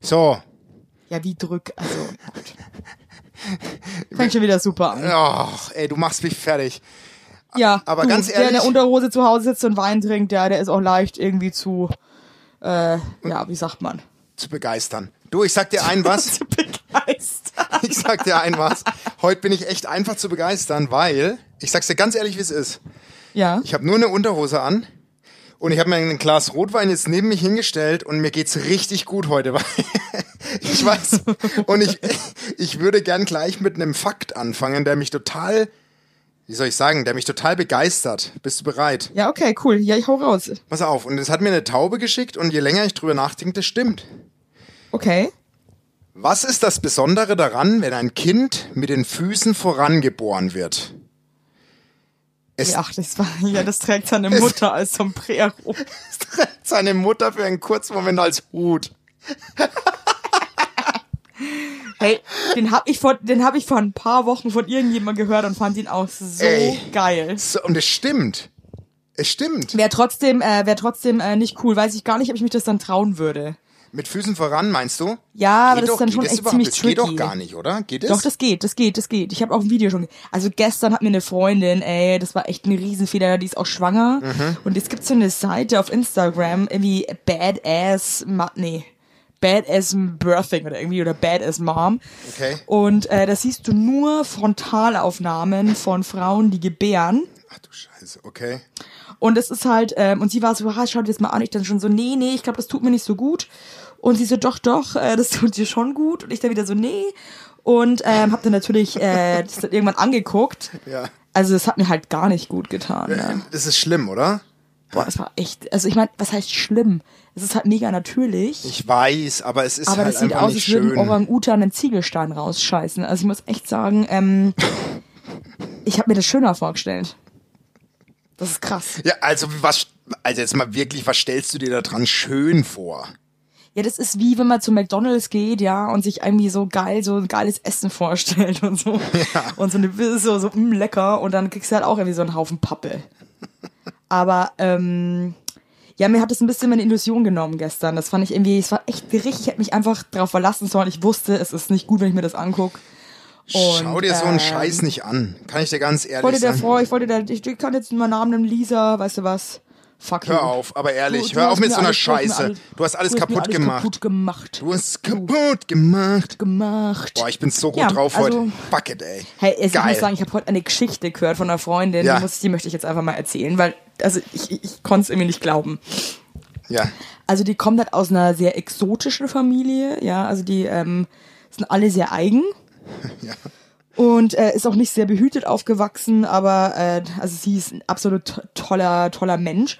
So. Ja, wie drück. Also, gut. Fängt schon wieder super an. Och, ey, du machst mich fertig. Ja, aber du, ganz der in ehrlich- der Unterhose zu Hause sitzt und Wein trinkt, der, der ist auch leicht irgendwie zu, äh, ja, wie sagt man? Zu begeistern. Du, ich sag dir ein was. Begeistert. Ich sag dir ein was. Heute bin ich echt einfach zu begeistern, weil, ich sag's dir ganz ehrlich, wie es ist. Ja. Ich habe nur eine Unterhose an und ich habe mir ein Glas Rotwein jetzt neben mich hingestellt und mir geht's richtig gut heute. weil ich weiß und ich ich würde gern gleich mit einem Fakt anfangen, der mich total wie soll ich sagen, der mich total begeistert. Bist du bereit? Ja, okay, cool. Ja, ich hau raus. Pass auf, und es hat mir eine Taube geschickt und je länger ich drüber nachdenke, das stimmt. Okay. Was ist das Besondere daran, wenn ein Kind mit den Füßen vorangeboren wird? Es Ach, das war, ja, das trägt seine Mutter als Sombrero. trägt seine Mutter für einen kurzen Moment als Hut. Hey, den hab ich vor, den hab ich vor ein paar Wochen von irgendjemandem gehört und fand ihn auch so Ey. geil. So, und es stimmt. Es stimmt. Wäre trotzdem, äh, wär trotzdem äh, nicht cool. Weiß ich gar nicht, ob ich mich das dann trauen würde. Mit Füßen voran, meinst du? Ja, aber das doch, ist dann schon geht echt überhaupt? ziemlich das tricky. geht doch gar nicht, oder? Geht es? Doch, das geht, das geht, das geht. Ich habe auch ein Video schon. ge- Also gestern hat mir eine Freundin, ey, das war echt ein Riesenfehler, die ist auch schwanger. Mhm. Und es gibt so eine Seite auf Instagram, irgendwie Badass, Ma nee, Badass Birthing oder irgendwie, oder Badass Mom. Okay. Und äh, da siehst du nur Frontalaufnahmen von Frauen, die gebären. Ach du Scheiße, okay. Und es ist halt, ähm, und sie war so, ah, schau dir das mal an. Ich dann schon so, nee, nee, ich glaube, das tut mir nicht so gut. Und sie so, doch, doch, äh, das tut dir schon gut. Und ich dann wieder so, nee. Und ähm, hab dann natürlich äh, das dann irgendwann angeguckt. Ja. Also es hat mir halt gar nicht gut getan. Ne? Das ist schlimm, oder? Boah, es war echt, also ich meine, was heißt schlimm? Es ist halt mega natürlich. Ich weiß, aber es ist aber halt das sieht einfach aus, nicht als würden schön. Orang-Utan einen Ziegelstein rausscheißen. Also ich muss echt sagen, ähm, ich habe mir das schöner vorgestellt. Das ist krass. Ja, also was, also jetzt mal wirklich, was stellst du dir da dran schön vor? Ja, das ist wie wenn man zu McDonalds geht, ja, und sich irgendwie so geil, so ein geiles Essen vorstellt und so. Und so eine so, so mm, lecker und dann kriegst du halt auch irgendwie so einen Haufen Pappe. Aber ähm, ja, mir hat es ein bisschen meine Illusion genommen gestern. Das fand ich irgendwie, es war echt richtig, ich hätte mich einfach drauf verlassen sollen. Ich wusste, es ist nicht gut, wenn ich mir das angucke. Und, Schau dir so einen ähm, Scheiß nicht an. Kann ich dir ganz Ich wollte ehrlich der sagen. Frau, ich wollte der, ich kann jetzt meinen Namen nehmen, Lisa, weißt du was? Fuck you. Hör auf, aber ehrlich, Du- du hör hast auf mit mir so einer alles- du hast mir Scheiße. alles- du hast alles mir kaputt gemacht. Kaputt gemacht. Du hast kaputt gemacht. gemacht. Boah, ich bin so gut Ja, drauf also- heute. Bucket, ey. Hey, also ich Geil. muss sagen, ich habe heute eine Geschichte gehört von einer Freundin, Ja. die, muss, die möchte ich jetzt einfach mal erzählen, weil also ich, ich, ich konnte es irgendwie nicht glauben. ja. Also die kommt halt aus einer sehr exotischen Familie, ja, also die ähm, sind alle sehr eigen ja. und äh, ist auch nicht sehr behütet aufgewachsen, aber äh, also sie ist ein absolut to- toller, toller Mensch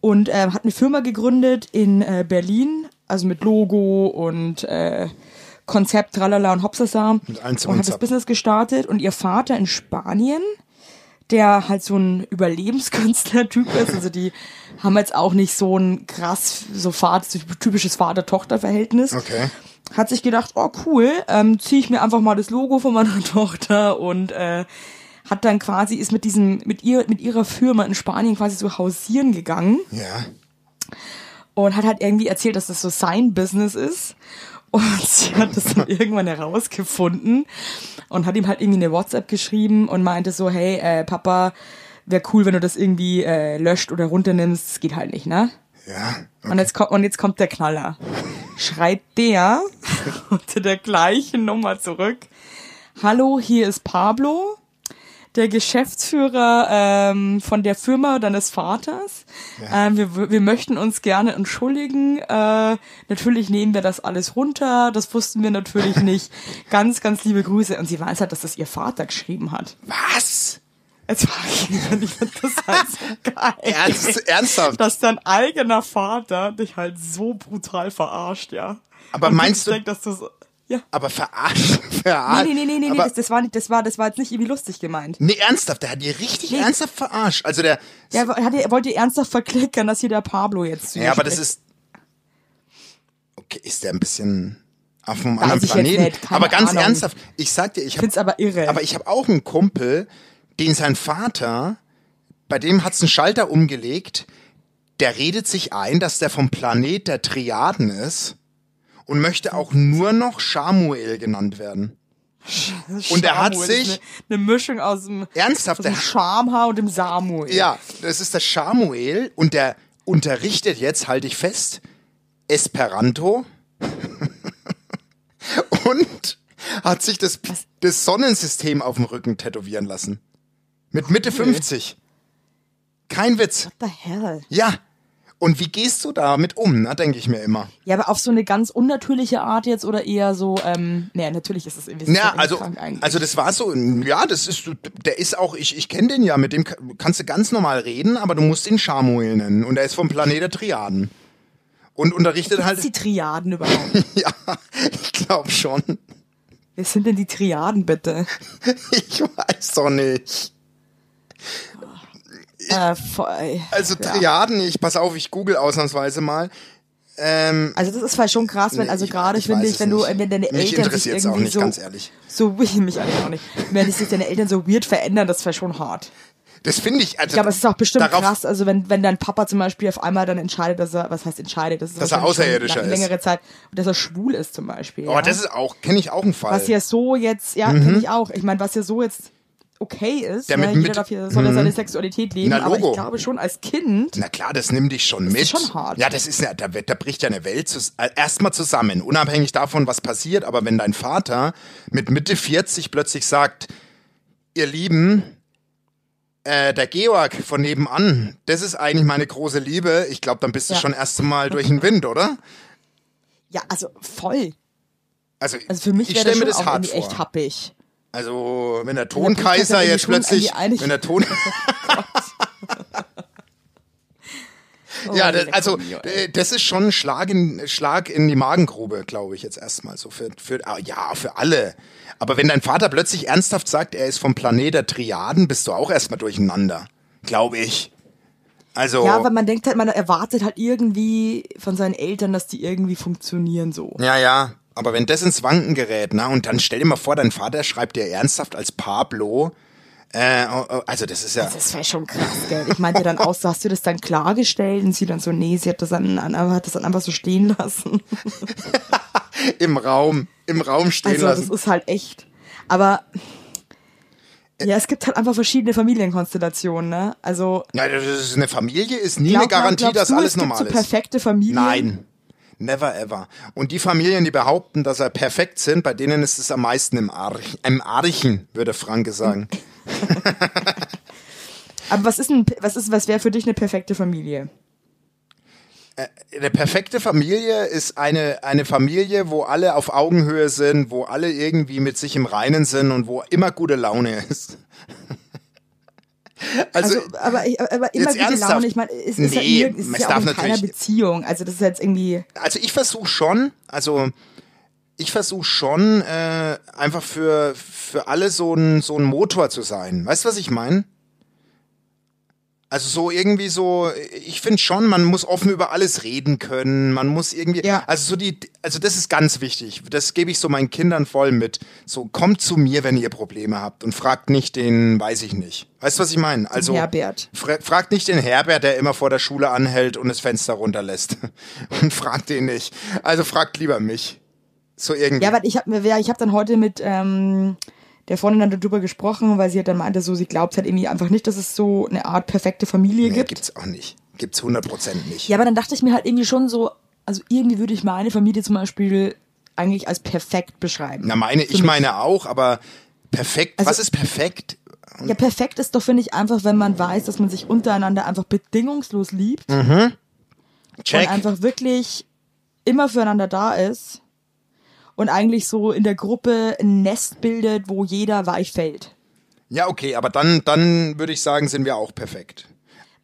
und äh, hat eine Firma gegründet in äh, Berlin, also mit Logo und äh, Konzept, tralala und hopsasa Mit allen Zip und und hat das Zap. Business gestartet und ihr Vater in Spanien der halt so ein Überlebenskünstler-Typ ist. Also die haben jetzt auch nicht so ein krass, so, Vater, so typisches Vater-Tochter-Verhältnis Okay. hat sich gedacht, oh cool, ähm, ziehe ich mir einfach mal das Logo von meiner Tochter und äh, hat dann quasi ist mit diesem mit ihr mit ihrer Firma in Spanien quasi so hausieren gegangen Ja. und hat halt irgendwie erzählt, dass das so sein Business ist. Und sie hat das dann irgendwann herausgefunden und hat ihm halt irgendwie eine WhatsApp geschrieben und meinte so, hey, äh, Papa, wäre cool, wenn du das irgendwie äh, löscht oder runternimmst. Das geht halt nicht, ne? Ja. Und jetzt kommt, und jetzt kommt der Knaller. Schreibt der unter der gleichen Nummer zurück. Hallo, hier ist Pablo, der Geschäftsführer ähm, von der Firma deines Vaters. Ähm, wir, wir möchten uns gerne entschuldigen. Äh, natürlich nehmen wir das alles runter. Das wussten wir natürlich nicht. Ganz, ganz liebe Grüße. Und sie weiß halt, dass das ihr Vater geschrieben hat. Was? Jetzt war ich nicht, das halt so geil Ernst, ernsthaft? dass dein eigener Vater dich halt so brutal verarscht, ja. Aber Und meinst du- Denk, dass du so, ja. Aber verarschen, verarschen. Nee, nee, nee, nee, nee aber, das, das war nicht, das war, das war jetzt nicht irgendwie lustig gemeint. nee, ernsthaft, der hat die richtig Nee. ernsthaft verarscht. Also der. Ja, er hat- er wollte ernsthaft verklickern, dass hier der Pablo jetzt zu Ja, ihr aber das spricht. ist. Okay, ist der ein bisschen auf einem Weiß anderen ich jetzt Planeten. nicht, keine aber ganz Ahnung. ernsthaft, ich sag dir, ich Ich find's habe aber irre. aber ich habe auch einen Kumpel, den sein Vater, bei dem hat's einen Schalter umgelegt, der redet sich ein, dass der vom Planet der Triaden ist und möchte auch nur noch Samuel genannt werden. Und er hat Samuel ist sich- eine, eine Mischung aus dem, Ernsthaft, aus dem der Schamhaar und dem Samuel. Ja, das ist der Samuel und der unterrichtet jetzt, halte ich fest, Esperanto und hat sich das, das Sonnensystem auf dem Rücken tätowieren lassen. Mit Mitte 50. Kein Witz. What the hell? Ja. Und wie gehst du damit um? Na, denke ich mir immer. Ja, aber auf so eine ganz unnatürliche Art jetzt oder eher so, ähm, nee, natürlich ist es irgendwie Ja, also, krank eigentlich. also das war so, ja, das ist, der ist auch, ich, ich kenne den ja, mit dem ka- kannst du ganz normal reden, aber du musst ihn Samuel nennen und er ist vom Planet der Triaden. Und unterrichtet Was sind halt, die Triaden überhaupt? ja, ich glaube schon. Wer sind denn die Triaden bitte? Ich weiß doch nicht. äh, voll. Also Triaden, ich, pass auf, ich google ausnahmsweise mal. Ähm, Also das ist halt schon krass, wenn Nee, also ich- gerade ich finde weiß ich, es wenn du nicht. wenn deine Mich Eltern sich interessiert's auch irgendwie nicht, so ganz ehrlich. so mich eigentlich auch nicht, wenn sich deine Eltern so weird verändern, das wäre schon hart. das finde ich, also, Ich glaube, es ist auch bestimmt darauf, krass, also wenn wenn dein Papa zum Beispiel auf einmal dann entscheidet, dass er was heißt entscheidet, das ist Dass er wahrscheinlich schon Außerirdischer lang- ist. längere Zeit und dass er schwul ist zum Beispiel. Oh, ja? das ist auch, kenne ich auch einen Fall. was ja so jetzt ja finde ich auch. Ich meine, was ja so jetzt okay ist, Der mit- weil jeder mit- Mhm. darf hier soll ja seine Sexualität leben, Na, aber Logo. ich glaube schon als Kind Na klar, das nimmt dich schon mit. ist schon hart. Ja, das ist ja, da, wird- da bricht ja eine Welt zus äh, erstmal zusammen, unabhängig davon, was passiert. Aber wenn dein Vater mit Mitte 40 plötzlich sagt, ihr Lieben, äh, der Georg von nebenan, das ist eigentlich meine große Liebe, ich glaube, dann bist du Ja. schon erst einmal durch den Wind, oder? ja, also voll. Also, Also für mich ich wäre das stelle mir das schon auch hart irgendwie vor. echt happig. Also, wenn der bricht das Tonkaiser irgendwie jetzt schon plötzlich, irgendwie einig. wenn der Ton... Oh, Ja, das, lecker also Mio, ey. äh, das ist schon ein Schlag in, Schlag in die Magengrube, glaube ich, jetzt erstmal so für, für ah, ja, für alle. Aber wenn dein Vater plötzlich ernsthaft sagt, er ist vom Planet der Triaden, bist du auch erstmal durcheinander, glaube ich. Also Ja, weil man denkt halt, man erwartet halt irgendwie von seinen Eltern, dass die irgendwie funktionieren so. ja, ja, aber wenn das ins Wanken gerät, na und dann stell dir mal vor, dein Vater schreibt dir ernsthaft als Pablo äh, oh, oh, also das ist ja Das wäre schon krass, gell? Ich meinte dann auch, so, hast du das dann klargestellt? Und sie dann so, nee, sie hat das, an, an, hat das dann einfach so stehen lassen. im Raum, im Raum stehen Also lassen. das ist halt echt. Aber Äh. ja, es gibt halt einfach verschiedene Familienkonstellationen, ne? Also Ja, das ist eine Familie ist nie glaub- eine Garantie, glaubst dass du, alles es gibt normal so ist. perfekte Familien? Nein. Never ever. Und die Familien, die behaupten, dass er perfekt sind, bei denen ist es am meisten im, Arch im Archen, würde Franke sagen. Aber was ist ein, was ist, was wäre für dich eine perfekte Familie? Eine perfekte Familie ist eine, eine Familie, wo alle auf Augenhöhe sind, wo alle irgendwie mit sich im Reinen sind und wo immer gute Laune ist. Also, Also, aber, ich, aber immer jetzt gute ernsthaft? Laune. Ich meine, es ist Nee, ja, irgendwie- es es ist ja auch darf in keiner natürlich- Beziehung. Also das ist jetzt irgendwie. also ich versuche schon, also ich versuche schon, äh, einfach für, für alle so ein, so ein Motor zu sein. Weißt du, was ich meine? Also so irgendwie so, ich finde schon, man muss offen über alles reden können. Man muss irgendwie, Ja. also so die, also das ist ganz wichtig. Das gebe ich so meinen Kindern voll mit. So kommt zu mir, wenn ihr Probleme habt und fragt nicht den, weiß ich nicht. Weißt du, was ich meine? Also Herbert. fra fragt nicht den Herbert, der immer vor der Schule anhält und das Fenster runterlässt und fragt den nicht. Also fragt lieber mich. So irgendwie. Ja, weil ich habe mir, ja, ich habe dann heute mit ähm, der Freundin dann darüber gesprochen, weil sie halt dann meinte, so sie glaubt halt irgendwie einfach nicht, dass es so eine Art perfekte Familie nee, gibt. gibt's auch nicht. Gibt's 100% nicht. Ja, aber dann dachte ich mir halt irgendwie schon so, also irgendwie würde ich meine Familie zum Beispiel eigentlich als perfekt beschreiben. Na meine, ich meine auch, aber perfekt. Also- was ist perfekt? Ja, perfekt ist doch, finde ich, einfach, wenn man weiß, dass man sich untereinander einfach bedingungslos liebt und Check. einfach wirklich immer füreinander da ist und eigentlich so in der Gruppe ein Nest bildet, wo jeder weich fällt. Ja, okay, aber dann, dann würde ich sagen, sind wir auch perfekt.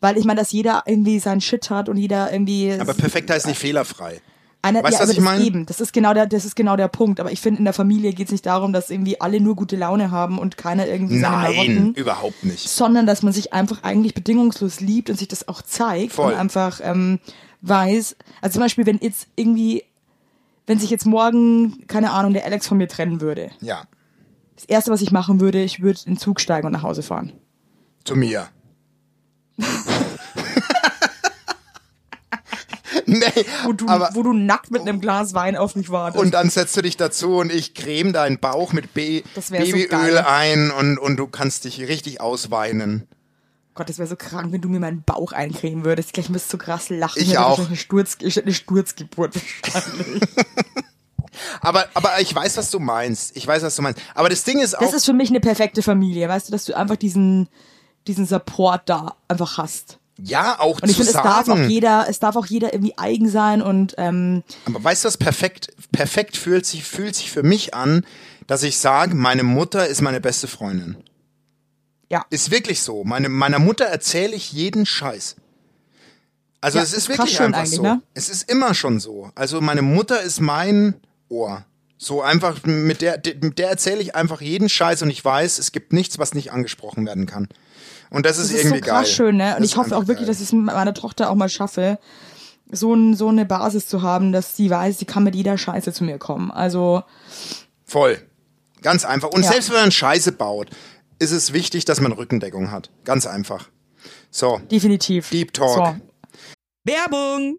Weil ich meine, dass jeder irgendwie seinen Shit hat und jeder irgendwie. Aber perfekt heißt nicht fehlerfrei. einer, weißt du, ja, was aber ich das meine? Eben, das ist genau der, das ist genau der Punkt. Aber ich finde, in der Familie geht es nicht darum, dass irgendwie alle nur gute Laune haben und keiner irgendwie seine Nein, Marotten, überhaupt nicht. sondern dass man sich einfach eigentlich bedingungslos liebt und sich das auch zeigt Voll. und einfach ähm, weiß. Also zum Beispiel, wenn jetzt irgendwie, wenn sich jetzt morgen, keine Ahnung, der Alex von mir trennen würde, Ja, das erste, was ich machen würde, ich würde in den Zug steigen und nach Hause fahren. zu mir. nee, wo du, aber, wo du nackt mit einem Glas Wein auf mich wartest. und dann setzt du dich dazu und ich creme deinen Bauch mit Ba- Das wär so Babyöl geil. ein und, und du kannst dich richtig ausweinen. Gott, das wäre so krank, wenn du mir meinen Bauch eincremen würdest. Gleich müsst du krass lachen. Ich hätte auch. wahrscheinlich Eine, Sturz, ich hätte eine Sturzgeburt wahrscheinlich. Aber, aber ich weiß, was du meinst. Ich weiß, was du meinst. Aber das Ding ist auch, Das ist für mich eine perfekte Familie, weißt du, dass du einfach diesen, diesen Support da einfach hast. ja, auch Und ich zu finde, es darf auch sagen. jeder, es darf auch jeder irgendwie eigen sein und ähm, Aber weißt du, was perfekt, perfekt fühlt sich, fühlt sich für mich an, dass ich sage, meine Mutter ist meine beste Freundin. ja. Ist wirklich so. Meine, meiner Mutter erzähle ich jeden Scheiß. Also Ja, es ist ist krass wirklich schön einfach eigentlich, so. ne? Es ist immer schon so. Also meine Mutter ist mein Ohr. So einfach, mit der, mit der erzähle ich einfach jeden Scheiß und ich weiß, es gibt nichts, was nicht angesprochen werden kann. Und das ist, Das ist so irgendwie krass geil. schön, ne? Und Das ich ist hoffe auch einfach wirklich, geil. dass ich es mit meiner Tochter auch mal schaffe, so, ein, so eine Basis zu haben, dass sie weiß, sie kann mit jeder Scheiße zu mir kommen. Also, Voll. Ganz einfach. Und Ja. selbst wenn man Scheiße baut, ist es wichtig, dass man Rückendeckung hat. Ganz einfach. So, definitiv. Deep Talk. Werbung!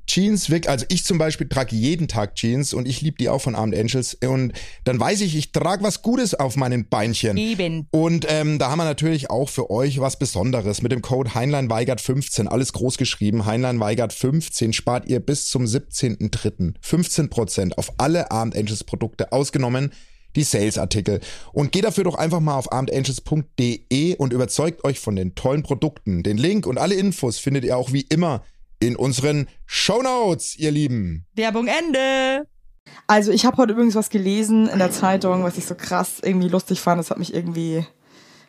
Jeans wirklich, also ich zum Beispiel trage jeden Tag Jeans und ich liebe die auch von Armed Angels. Und dann weiß ich, ich trage was Gutes auf meinen Beinchen. Eben. Und ähm, da haben wir natürlich auch für euch was Besonderes. Mit dem Code HeinleinWeigert15, alles groß geschrieben, HeinleinWeigert15 spart ihr bis zum 17.03. 15% auf alle Armed Angels Produkte, ausgenommen die Sales-Artikel. Und geht dafür doch einfach mal auf armedangels.de und überzeugt euch von den tollen Produkten. Den Link und alle Infos findet ihr auch wie immer in unseren Shownotes, ihr Lieben. Werbung Ende. Also ich habe heute übrigens was gelesen in der Zeitung, was ich so krass irgendwie lustig fand. Das hat mich irgendwie,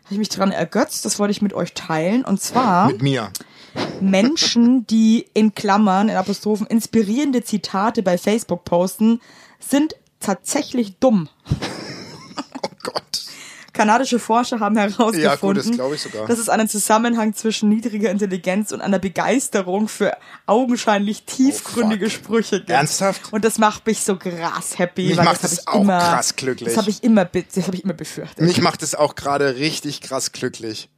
hab ich mich dran ergötzt. Das wollte ich mit euch teilen. Und zwar Mit mir. Menschen, die in Klammern, in Apostrophen inspirierende Zitate bei Facebook posten, sind tatsächlich dumm. Oh Gott. Kanadische Forscher haben herausgefunden, Ja, gut, das glaub ich sogar. dass es einen Zusammenhang zwischen niedriger Intelligenz und einer Begeisterung für augenscheinlich tiefgründige Oh, fuck. Sprüche gibt. Ernsthaft? Und das macht mich so krass happy. Mich weil macht das das hab ich auch immer, krass glücklich. Das habe ich immer, be- das habe ich immer befürchtet. Mich macht es auch gerade richtig krass glücklich.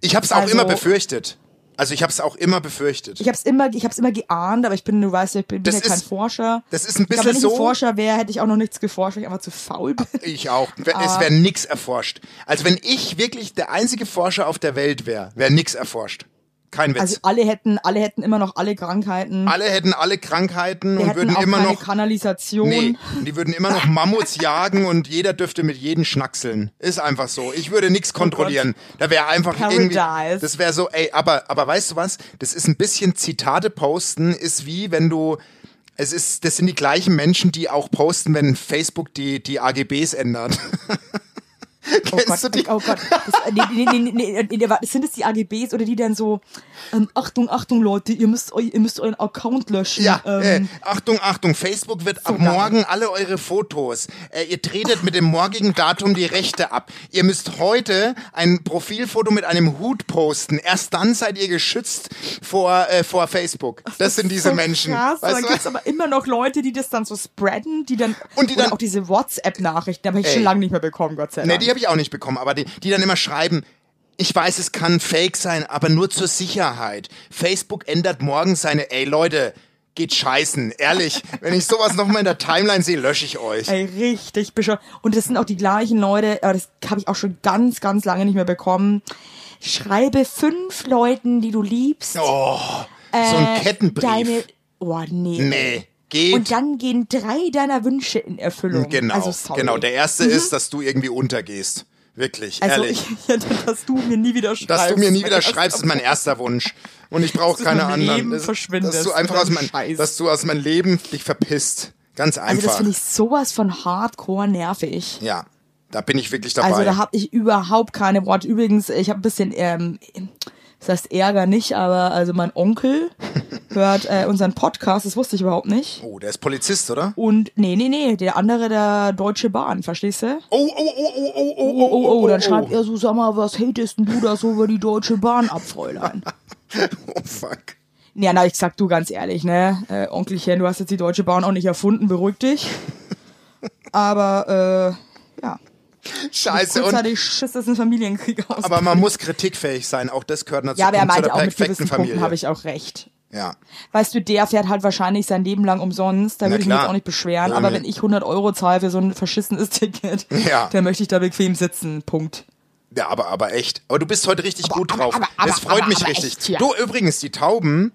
Ich hab's auch Also- immer befürchtet. Also ich hab's auch immer befürchtet. Ich habe es immer, ich habe es immer geahnt, aber ich bin, du weißt, ja, ich bin, bin ja Das kein ist- Forscher. das ist ein ich glaub, wenn bisschen ich so- ein Forscher wäre, hätte ich auch noch nichts geforscht, weil ich einfach zu faul bin. Ich auch. We- Ah. Es wäre nix erforscht. Also wenn ich wirklich der einzige Forscher auf der Welt wäre, wäre nix erforscht. Kein Witz. Also alle hätten, alle hätten immer noch alle Krankheiten. alle hätten alle Krankheiten Wir und hätten würden auch immer keine noch Kanalisation. Nee, und die würden immer noch Mammuts jagen und jeder dürfte mit jedem schnackseln. Ist einfach so. Ich würde nichts kontrollieren. da wäre einfach irgendwie. Oh Paradise. Das wäre so, ey, aber, aber weißt du was? Das ist ein bisschen Zitate posten, ist wie wenn du. Es ist, das sind die gleichen Menschen, die auch posten, wenn Facebook die, die AGBs ändert. Oh Kennst Gott, du die? oh Gott. Das, nee, nee, nee, nee, nee, nee, warte, sind es die AGBs oder die dann so, ähm, Achtung, Achtung Leute, ihr müsst, eu, ihr müsst euren Account löschen. Ja, ähm, äh, Achtung, Achtung, Facebook wird ab geil. morgen alle eure Fotos. Äh, ihr tretet mit dem morgigen Datum die Rechte ab. Ihr müsst heute ein Profilfoto mit einem Hut posten. Erst dann seid ihr geschützt vor, äh, vor Facebook. Das sind diese so Menschen. Krass, Weißt dann du gibt es was? aber immer noch Leute, die das dann so spreaden, die dann, Und die oder dann- auch diese WhatsApp-Nachrichten, habe ich Ey. schon lange nicht mehr bekommen, Gott sei Nee, Dank. die habe ich auch nicht bekommen, aber die, die dann immer schreiben, ich weiß, es kann fake sein, aber nur zur Sicherheit. Facebook ändert morgen seine, ey Leute, geht scheißen, ehrlich. Wenn ich sowas nochmal in der Timeline sehe, lösche ich euch. Ey, richtig bescheuert. Und das sind auch die gleichen Leute, aber das habe ich auch schon ganz, ganz lange nicht mehr bekommen. Schreibe fünf Leuten, die du liebst. Oh, so ein äh, Kettenbrief. Deine, oh nee. Nee, Geht. Und dann gehen drei deiner Wünsche in Erfüllung. Genau, also, sorry. genau. Der erste ist, dass du irgendwie untergehst. Wirklich, also ehrlich. ich, ja, dass du mir nie wieder schreibst. dass du mir nie Also, wieder mein erster schreibst, ist mein erster Wunsch. Und ich brauche du in keine meinem anderen. Leben Das- verschwindest dass du mit einfach aus deinem mein, Scheiß. dass du aus meinem Leben dich verpisst. Ganz Also das einfach. finde ich sowas von hardcore nervig. ja, da bin ich wirklich dabei. Also da habe ich überhaupt keine Worte. Übrigens, ich habe ein bisschen, ähm, das heißt Ärger nicht, aber also mein Onkel hört äh, unseren Podcast, das wusste ich überhaupt nicht. oh, der ist Polizist, oder? Und nee, nee, nee, der andere der Deutsche Bahn, verstehst du? Oh, oh, oh, oh, oh, oh, Oh, oh, oh, dann schreibt er so, sag mal, was hatest denn du da so über die Deutsche Bahn ab, Fräulein? Oh, fuck. Ja, na, ich sag du ganz ehrlich, ne? Äh, Onkelchen, du hast jetzt die Deutsche Bahn auch nicht erfunden, beruhig dich. Aber, äh, ja. Scheiße. Und, Kurzzeitig Schiss, dass ein Familienkrieg aus. aber man muss kritikfähig sein. Auch das gehört dazu. ja, aber er kommt zu meinte der auch, mit perfekten gewissen Familie. Punkten habe ich auch recht. Ja. Weißt du, der fährt halt wahrscheinlich sein Leben lang umsonst, da Na würde ich mich klar. jetzt auch nicht beschweren, Ja, aber nee. wenn ich 100 Euro zahle für so ein verschissenes Ticket, Ja. dann möchte ich da bequem sitzen, Punkt. Ja, aber, aber echt. Aber du bist heute richtig gut aber, drauf. aber, aber, das freut aber, mich aber richtig. echt, ja. Du übrigens, die Tauben,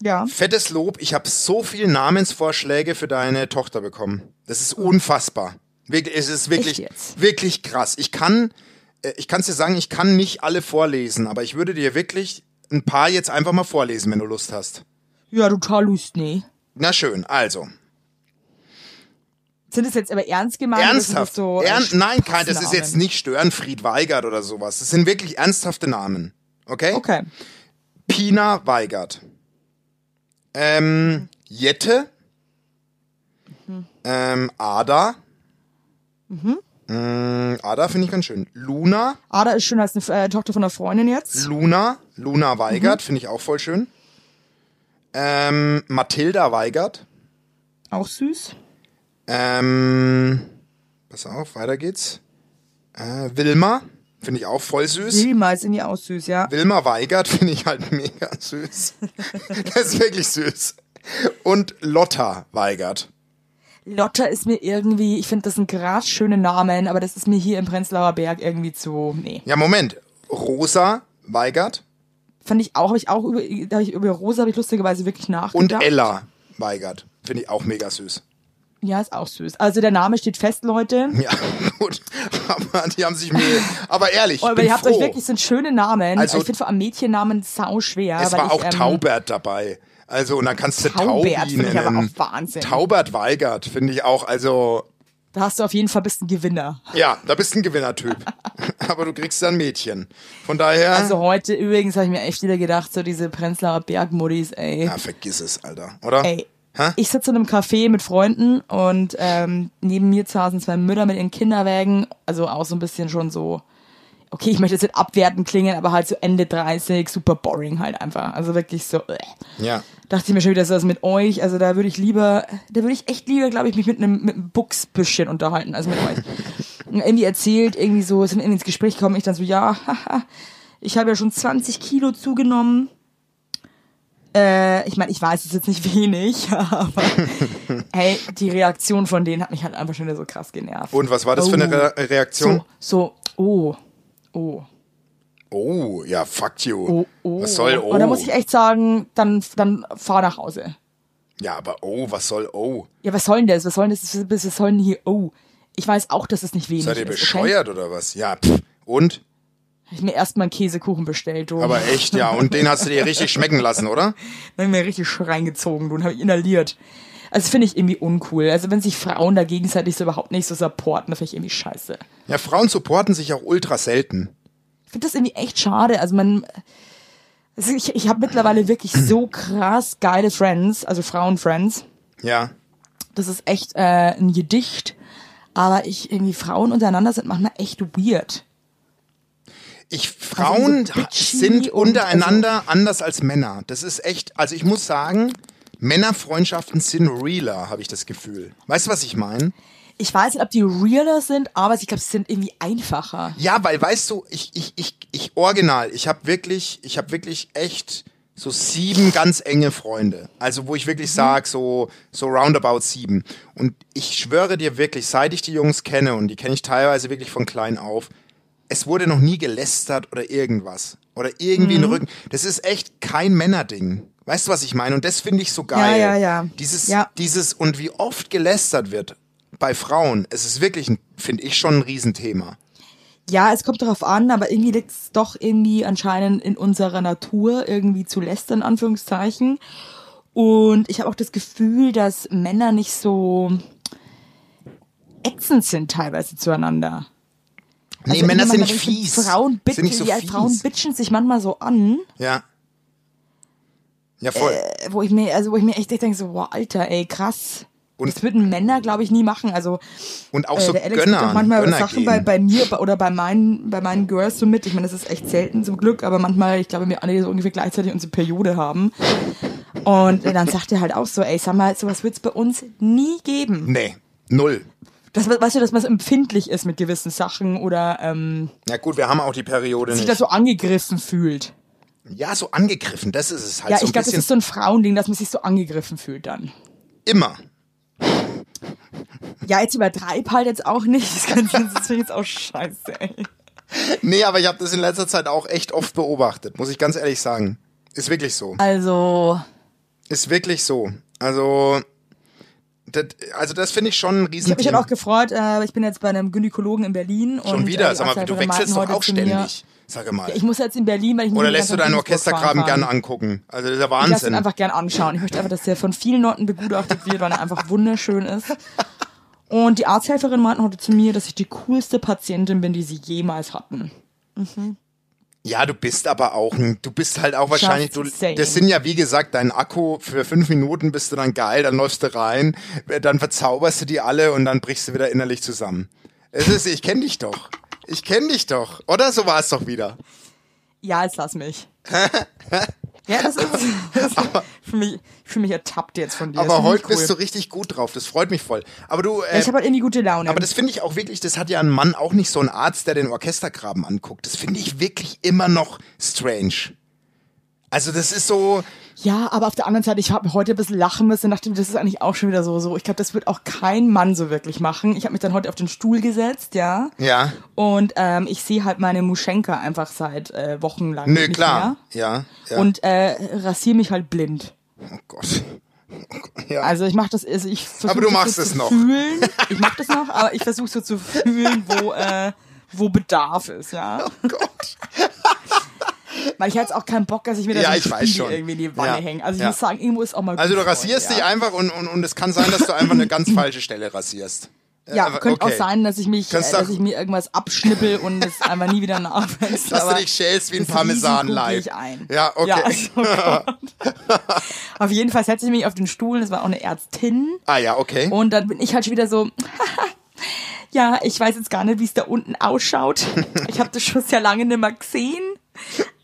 Ja. fettes Lob. Ich habe so viel Namensvorschläge für deine Tochter bekommen. Das ist unfassbar. Wirklich, es ist wirklich, Echt jetzt? wirklich krass. Ich kann, äh, ich kann dir sagen, ich kann nicht alle vorlesen, aber ich würde dir wirklich ein paar jetzt einfach mal vorlesen, wenn du Lust hast. Ja, total Lust, nee. Na schön, also. Sind es jetzt aber ernst gemeint? oder sind das Ernsthaft. So, äh, Ern Nein, kein, das ist Spatznamen? jetzt nicht Störenfried Weigert oder sowas. Das sind wirklich ernsthafte Namen. Okay? Okay. Pina Weigert. Ähm, Jette. Ähm, Ada. Ähm, Ada finde ich ganz schön. Luna. Ada ist schöner als eine äh, Tochter von einer Freundin jetzt. Luna. Luna Weigert finde ich auch voll schön. Ähm, Mathilda Weigert. Auch süß. Ähm, pass auf, weiter geht's. Äh, Wilma. Finde ich auch voll süß. Wilma ist irgendwie auch süß, ja. Wilma Weigert finde ich halt mega süß. das ist wirklich süß. Und Lotta Weigert. Lotta ist mir irgendwie, ich finde das einen gerade schönen Namen, aber das ist mir hier im Prenzlauer Berg irgendwie zu, nee. Ja, Moment. Rosa Weigert Fand ich auch, habe ich auch über, da hab ich über Rosa habe ich lustigerweise wirklich und nachgedacht. Ella Weigert. Finde ich auch mega süß. Ja, ist auch süß. Also der Name steht fest, Leute. Ja, gut. Aber die haben sich mir. Aber ehrlich, ich Oh, Aber bin ihr habt froh. euch wirklich so einen schönen Namen. Also- ich finde vor allem Mädchennamen sau schwer. es weil war ich, auch ähm, Taubert dabei. Also, und dann kannst du Taubi Taubert finde ich aber nennen. auch Wahnsinn. Taubert Weigert finde ich auch. Also, Da hast du auf jeden Fall bist ein Gewinner. ja, da bist du ein Gewinnertyp. aber du kriegst dann Mädchen. Von daher. Also heute übrigens habe ich mir echt wieder gedacht, so diese Prenzlauer Bergmodis, ey. ja, Ah, vergiss es, Alter. Oder? Ey, Hä? ich sitze in einem Café mit Freunden und ähm, neben mir saßen zwei Mütter mit ihren Kinderwägen, also auch so ein bisschen schon so, okay, ich möchte jetzt nicht abwertend klingen, aber halt so Ende 30, super boring halt einfach. Also wirklich so, äh. Ja. dachte ich mir schon wieder, so was mit euch, also da würde ich lieber, da würde ich echt lieber, glaube ich, mich mit einem, mit einem Buchsbüschchen unterhalten, als mit euch. Und irgendwie erzählt, irgendwie so, sind wir irgendwie ins Gespräch gekommen, ich dann so, ja, haha, ich habe ja schon 20 Kilo zugenommen. Äh, ich meine, ich weiß, es ist jetzt nicht wenig, aber hey, die Reaktion von denen hat mich halt einfach schon wieder so krass genervt. Und was war das für eine Oh. Re Reaktion? so, so, oh, oh. Oh, ja, fuck you. Oh, oh. Was soll oh? Und da muss ich echt sagen, dann, dann fahr nach Hause. ja, aber oh, was soll oh? Ja, was soll denn das? Was soll denn das? Was soll denn hier? Oh, ich weiß auch, dass es nicht wenig Seid ihr ist. bescheuert oder was? Ja, pff. und? Okay? Hab Ich mir erstmal einen Käsekuchen bestellt, du. Aber echt, ja. Und den hast du dir richtig schmecken lassen, oder? Dann hab ich mir richtig schön reingezogen, du, und habe ich inhaliert. Also finde ich irgendwie uncool. Also wenn sich Frauen da gegenseitig so überhaupt nicht so supporten, das finde ich irgendwie scheiße. Ja, Frauen supporten sich auch ultra selten. Ich finde das irgendwie echt schade. Also man, also ich, ich habe mittlerweile wirklich so krass geile Friends, also Frauen-Friends. Ja. Das ist echt äh, ein Gedicht. Aber ich irgendwie Frauen untereinander sind manchmal echt weird. Ich, Frauen Also so bitchy sind und also untereinander anders als Männer. Das ist echt, also ich muss sagen, Männerfreundschaften sind realer, habe ich das Gefühl. Weißt du, was ich meine? Ich weiß nicht, ob die realer sind, aber ich glaube, sie sind irgendwie einfacher. Ja, weil weißt du, ich ich ich ich original, ich habe wirklich, ich habe wirklich echt so sieben ganz enge Freunde. Also wo ich wirklich Mhm. sag so so roundabout sieben. Und ich schwöre dir wirklich, seit ich die Jungs kenne und die kenne ich teilweise wirklich von klein auf, es wurde Mhm. noch nie gelästert oder irgendwas oder irgendwie in den Rücken. Das ist echt kein Männerding. Weißt du, was ich meine? Und das finde ich so geil. Ja, ja, ja. Dieses, Ja. dieses und wie oft gelästert wird bei Frauen, es ist wirklich, ein- finde ich, schon ein Riesenthema. Ja, es kommt darauf an, aber irgendwie liegt es doch irgendwie anscheinend in unserer Natur, irgendwie zu lästern, in Anführungszeichen. Und ich habe auch das Gefühl, dass Männer nicht so ätzend sind teilweise zueinander. Nee, Also Männer immer sind mal nicht richtig fies. Frauen, bitchen, sind nicht so ja, fies. Frauen bitchen sich manchmal so an, Ja. Ja, voll. äh, wo ich mir, also wo ich mir echt denke, so, boah, Alter, ey, krass. Und- das würden Männer, glaube ich, nie machen. Also und auch äh, so der Alex kriegt Gönner. auch manchmal Gönner Sachen gehen. bei, bei mir bei- oder bei meinen, bei meinen Girls so mit. Ich meine, das ist echt selten zum Glück, aber manchmal, ich glaube, wir alle so ungefähr gleichzeitig unsere Periode haben. Und äh, dann sagt er halt auch so, ey, sag mal, sowas wird's bei uns nie geben. nee, null. Das, weißt du, dass man so empfindlich ist mit gewissen Sachen oder ähm, Na gut, wir haben auch die Periode sich da nicht. so angegriffen fühlt. ja, so angegriffen, das ist es halt. Ja, so ein ich glaube, das bisschen ist so ein Frauending, dass man sich so angegriffen fühlt dann. immer. Ja, jetzt übertreib halt jetzt auch nicht. Das, kann- das ist jetzt auch scheiße, ey. Nee, aber ich habe das in letzter Zeit auch echt oft beobachtet, muss ich ganz ehrlich sagen. Ist wirklich so. Also, Ist wirklich so. Also, das, also das finde ich schon ein Ich habe mich Riesenthema. halt auch gefreut, äh, ich bin jetzt bei einem Gynäkologen in Berlin. Hm. schon und, wieder, äh, sag mal, Arzthelferin du wechselst meinten doch auch heute zu mir, ständig. Sag mal. Ich muss jetzt in Berlin, weil ich nicht Oder den lässt du ganzen deinen Tag Bus fahren Orchestergraben kann. gerne angucken? Also das ist der Ich lasse ihn Wahnsinn. einfach gern anschauen. Ich möchte einfach, dass der von vielen Leuten begutachtet wird, weil er einfach wunderschön ist. Und die Arzthelferin meinten heute zu mir, dass ich die coolste Patientin bin, die sie jemals hatten. Ja, du bist aber auch ein, du bist halt auch wahrscheinlich, du, Just saying. das sind ja wie gesagt dein Akku, für fünf Minuten bist du dann geil, dann läufst du rein, dann verzauberst du die alle und dann brichst du wieder innerlich zusammen. Es ist, ich kenne dich doch. Ich kenne dich doch. Oder so war es doch wieder. Ja, jetzt lass mich. ja, das ist, das ist für mich, ich fühle mich ertappt jetzt von dir. Das Aber finde heute ich bist du richtig gut drauf, das freut mich voll. Aber du, Ja, äh, ich habe halt irgendwie gute Laune. aber das finde ich auch wirklich, das hat ja ein Mann auch nicht so ein Arzt, der den Orchestergraben anguckt. Das finde ich wirklich immer noch strange. Also das ist so, Ja, aber auf der anderen Seite, ich habe heute ein bisschen lachen müssen und dachte, mir, das ist eigentlich auch schon wieder so. so. Ich glaube, das wird auch kein Mann so wirklich machen. Ich habe mich dann heute auf den Stuhl gesetzt, ja. ja, Und ähm, ich sehe halt meine Muschenka einfach seit äh, Wochen lang. nö, nicht klar. Ja, ja. Mehr. Und äh, rasiere mich halt blind. oh Gott. Ja. Also ich mache das, also ich versuche Aber du machst das es zu noch. fühlen. Ich mache das noch, aber ich versuche so zu fühlen, wo, äh, wo Bedarf ist, ja. oh Gott. Weil ich hab jetzt auch keinen Bock, dass ich mir da Ja, so einen ich weiß Spiegel schon. irgendwie in die Ja. Wanne hänge. Also ich Ja. muss sagen, irgendwo ist auch mal Also du gut vor, rasierst Oh, ja. dich einfach und, und, und es kann sein, dass du einfach eine ganz falsche Stelle rasierst. Ja, Äh, Aber könnte okay. auch sein, dass ich mich, äh, Kannst dass doch- ich mir irgendwas abschnippel und es einfach nie wieder nachwächst. Dass aber du dich schälst wie ein das Risiko gehe Parmesan-Leib. ich ein. Ja, okay. Ja, also, Gott. auf jeden Fall setze ich mich auf den Stuhl, das war auch eine Ärztin. Ah ja, okay. Und dann bin ich halt schon wieder so, ja, ich weiß jetzt gar nicht, wie es da unten ausschaut. Ich habe das schon sehr lange nicht mehr gesehen.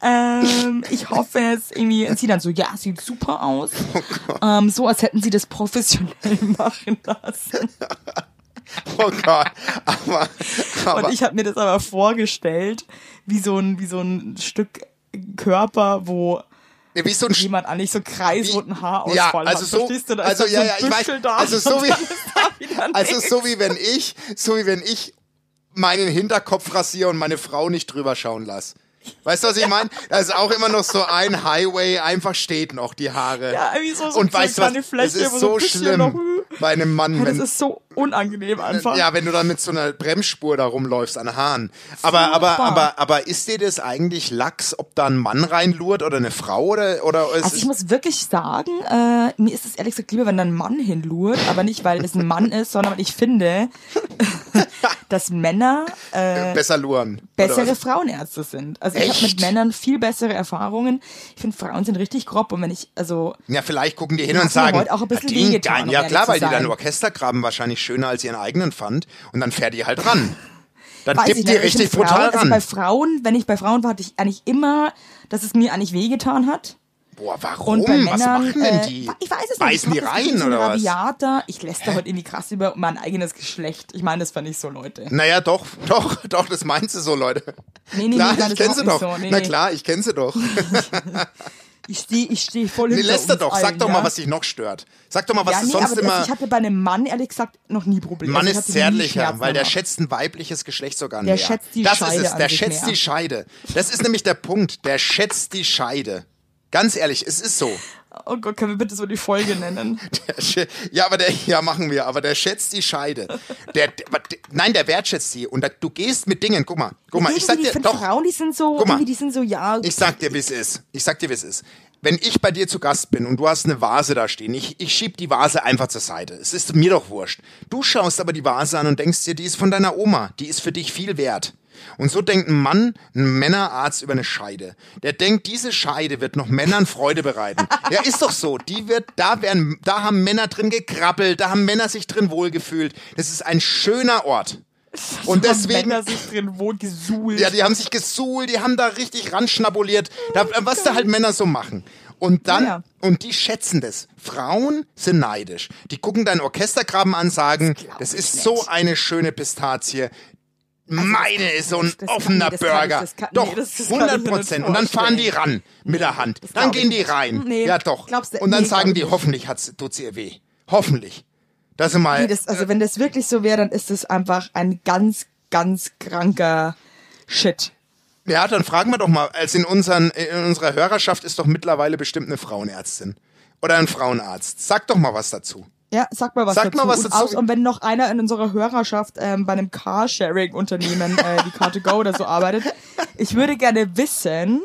Ähm, ich hoffe es irgendwie. Und sie dann so, ja, sieht super aus. Oh ähm, so als hätten sie das professionell machen lassen. Oh Gott. Aber, aber Und ich habe mir das aber vorgestellt, wie so ein, wie so ein Stück Körper, wo wie so ein Sch- jemand eigentlich so kreisrunden Haarausfall Ja, also hat. so- Verstehst du? Da also ist ja, dann ja, so ich ein weiß. Büschel da Also so und wie- dann ist da wieder Also nichts. so wie wenn ich, so wie wenn ich meinen Hinterkopf rasiere und meine Frau nicht drüber schauen lasse. Weißt du, was ich meine? Da ist auch immer noch so ein Highway, einfach steht noch die Haare. Ja, irgendwie so- so Und eine weißt du was? kleine Fläche, es ist wo so so ein bisschen schlimm noch- Hm, bei einem Mann, das wenn, ist so unangenehm einfach. ja, wenn du dann mit so einer Bremsspur da rumläufst an Haaren. Aber, aber, Furchtbar. aber, aber ist dir das eigentlich Lachs, ob da ein Mann reinlurt oder eine Frau oder, oder es Also ich ist, muss wirklich sagen, äh, mir ist es ehrlich gesagt lieber, wenn da ein Mann hinlurt, aber nicht, weil es ein Mann ist, sondern weil ich finde, dass Männer äh, besser luren? bessere Oder Frauenärzte sind. Also ich habe Echt? mit Männern viel bessere Erfahrungen. Ich finde, Frauen sind richtig grob und wenn ich, also was? ja, vielleicht gucken die hin und hat mir sagen, heute auch ein bisschen "Ja, die wehgetan, geil." um ja ehrlich klar, zu weil die sein. deinen Orchestergraben wahrscheinlich schöner als ihren eigenen fand und dann fährt die halt ran. Dann weiß ich tippt die nicht, aber ich richtig find brutal Frauen, also bei ran. Frauen, wenn ich bei Frauen war, hatte ich eigentlich immer, dass es mir eigentlich wehgetan hat. Boah, warum? Und bei Oh, was Männern, machen denn äh, die? ich weiß es nicht. Beißen die ich hab das rein Gefühl, oder was? ich bin rabiater. Ich lästere heute irgendwie krass über mein eigenes Geschlecht. Ich meine, das war nicht so, Leute. Naja, doch, doch, doch, das meinst du so, Leute. Nee, nee, klar, nee, nein, ich das kenn ist sie doch. überhaupt nicht so. Nee, Na nee. klar, ich kenn sie doch. Ich stehe ich steh voll Nee, hinter läster uns doch. Sag allen, doch mal, ja? was dich noch stört. Sag doch mal, was ja, du nee, sonst aber immer. das, ich hatte bei einem Mann, ehrlich gesagt, noch nie Probleme. Mann also ich ist hatte nie zärtlicher, Schmerzen weil der danach. schätzt ein weibliches Geschlecht sogar Der mehr. schätzt die das Scheide ist es, an der sich schätzt mehr. die Scheide. Das ist nämlich der Punkt. Der schätzt die Scheide. Ganz ehrlich, es ist so. Oh Gott, können wir bitte so die Folge nennen? Der schä- Ja, aber der, ja, machen wir, aber der schätzt die Scheide. Der, der, aber der- nein, der wertschätzt sie. Und da, du gehst mit Dingen, guck mal, guck mal, ich sag Irgendwie dir, die doch, Frauen, die sind so, Guck mal. irgendwie, die sind so, ja, ich sag dir, wie es ist. Ich sag dir, wie es ist. Wenn ich bei dir zu Gast bin und du hast eine Vase da stehen, ich, ich schieb die Vase einfach zur Seite. Es ist mir doch wurscht. Du schaust aber die Vase an und denkst dir, die ist von deiner Oma. Die ist für dich viel wert. Und so denkt ein Mann, ein Männerarzt über eine Scheide. Der denkt, diese Scheide wird noch Männern Freude bereiten. Ja, ist doch so. Die wird, da werden, da haben Männer drin gekrabbelt, da haben Männer sich drin wohlgefühlt. Das ist ein schöner Ort. Und deswegen, Männer sich drin wohl gesuhlt. ja, die haben sich gesuhlt, die haben da richtig ranschnabuliert. Da, was da halt Männer so machen. Und dann, Ja. und die schätzen das. Frauen sind neidisch. Die gucken deinen Orchestergraben an, sagen, das, ist so eine schöne Pistazie. Meine ist so ein das Also kann- offener nee, das kann ich- Burger. das kann- nee, doch, das- das kann ich mir 100 nicht Prozent. Und dann fahren die ran mit der Hand. Dann glaub gehen ich die rein. Nee, ja, doch. glaubst du- und dann nee, sagen glaub die, ich nicht. hoffentlich hat's, tut's ihr weh. Hoffentlich. Das ist mal, nee, das, also wenn das wirklich so wäre, dann ist das einfach ein ganz, ganz kranker Shit. Ja, dann fragen wir doch mal, als in, unseren, in unserer Hörerschaft ist doch mittlerweile bestimmt eine Frauenärztin oder ein Frauenarzt. Sag doch mal was dazu. Ja, sag mal was Sag dazu. mal was und, dazu. Aus, und wenn noch einer in unserer Hörerschaft ähm, bei einem Carsharing-Unternehmen äh, wie Car2Go oder so arbeitet, ich würde gerne wissen,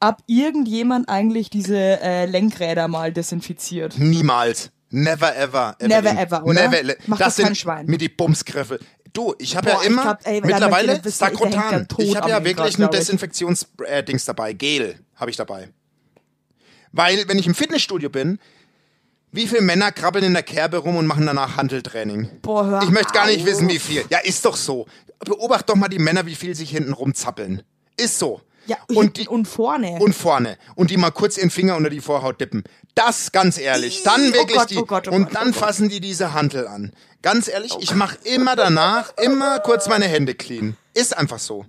ob irgendjemand eigentlich diese äh, Lenkräder mal desinfiziert. Niemals. Never ever. Never Evelyn. ever, oder? Never. Macht das doch kein sind Schwein. Mit die Bumsgriffel. Du, ich habe Boah, ja ich immer, glaub, ey, da mittlerweile, möchte ich wissen, ey, der hängt Sakrotan, da tot ich habe am ja Lenkrad, wirklich ein glaub ich. Desinfektionsdings äh, Dings dabei, Gel habe ich dabei. Weil, wenn ich im Fitnessstudio bin, wie viele Männer krabbeln in der Kerbe rum und machen danach Handeltraining? Boah, hör ich möchte gar nicht auf. wissen, wie viel. Ja, ist doch so. Beobacht doch mal die Männer, wie viel sich hinten rumzappeln. Ist so. Ja, und, die, hinten und vorne. und vorne. Und die mal kurz ihren Finger unter die Vorhaut dippen. Das ganz ehrlich. Dann Ih, oh wirklich Gott, die. oh Gott, oh und Gott, Oh dann fassen die diese Hantel an. Ganz ehrlich, ich mache immer danach, immer kurz meine Hände clean. Ist einfach so.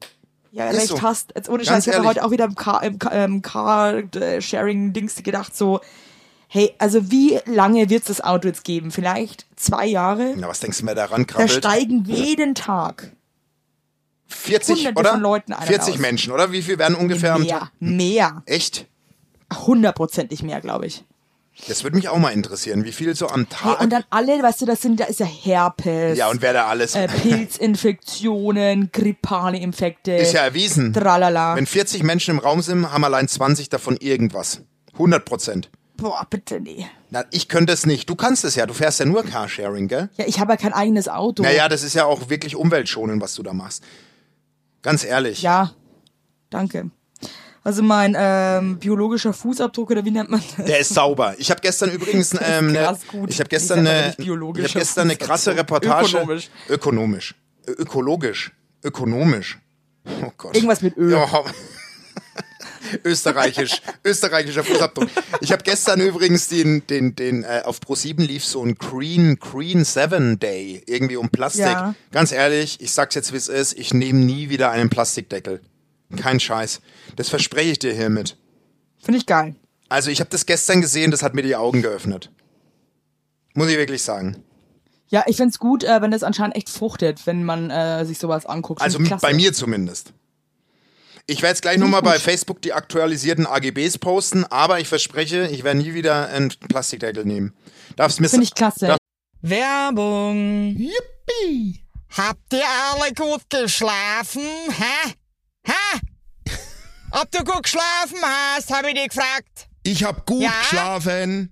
Ja, Ist recht so. hast. Jetzt ohne Ganz Scheiß, ich habe ehrlich. heute auch wieder im Car, im, Car- ähm, Car-Sharing-Dings gedacht, so, hey, also wie lange wird's das Auto jetzt geben? Vielleicht zwei Jahre? Na, was denkst du mir daran, Da krabbelt? steigen jeden Tag 40, Hunderte oder? von Leuten ein und 40 aus. Menschen, oder? Wie viel werden ungefähr? am Tag- mehr, mehr, Echt? hundertprozentig mehr, glaube ich. Das würde mich auch mal interessieren, wie viel so am Hey, Tag. und dann alle, weißt du, das sind, da ist ja Herpes, Ah. ja, und wer da alles. äh, Pilzinfektionen, grippale Infekte. ist ja erwiesen. Tralala. Wenn 40 Menschen im Raum sind, haben allein 20 davon irgendwas. 100 Prozent. Boah, bitte nee. Na, ich könnte es nicht. Du kannst es ja. Du fährst ja nur Carsharing, gell? Ja, ich habe ja kein eigenes Auto. Naja, das ist ja auch wirklich umweltschonend, was du da machst. Ganz ehrlich. Ja, danke. Also mein ähm, biologischer Fußabdruck oder wie nennt man das? Der ist sauber. Ich habe gestern übrigens ähm, ne, krass gut. ich habe Ich gestern sag mal eine, nicht ich biologisch, habe gestern eine das ist krasse so Reportage ökonomisch. ökonomisch, Ö- ökologisch, ökonomisch. Oh Gott. Irgendwas mit Öl. Ja. Österreichisch, österreichischer Fußabdruck. Ich habe gestern übrigens den, den, den äh, auf Pro7 lief so ein Green, Green Seven Day irgendwie um Plastik. Ja. Ganz ehrlich, ich sag's jetzt wie es ist, ich nehme nie wieder einen Plastikdeckel. Kein Scheiß. Das verspreche ich dir hiermit. Finde ich geil. Also ich habe das gestern gesehen, das hat mir die Augen geöffnet. Muss ich wirklich sagen. Ja, ich find's gut, äh, wenn das anscheinend echt fruchtet, wenn man äh, sich sowas anguckt. Also Find ich mit, bei klasse. mir zumindest. Ich werde jetzt gleich nochmal bei Facebook die aktualisierten AGBs posten, aber ich verspreche, ich werde nie wieder einen Plastikdeckel nehmen. Darfst mir Finde ich klasse. Ja. Werbung. Yippie. Habt ihr alle gut geschlafen? Hä? Hä? Ob du gut geschlafen hast, habe ich dir gefragt. Ich hab gut Ja? geschlafen.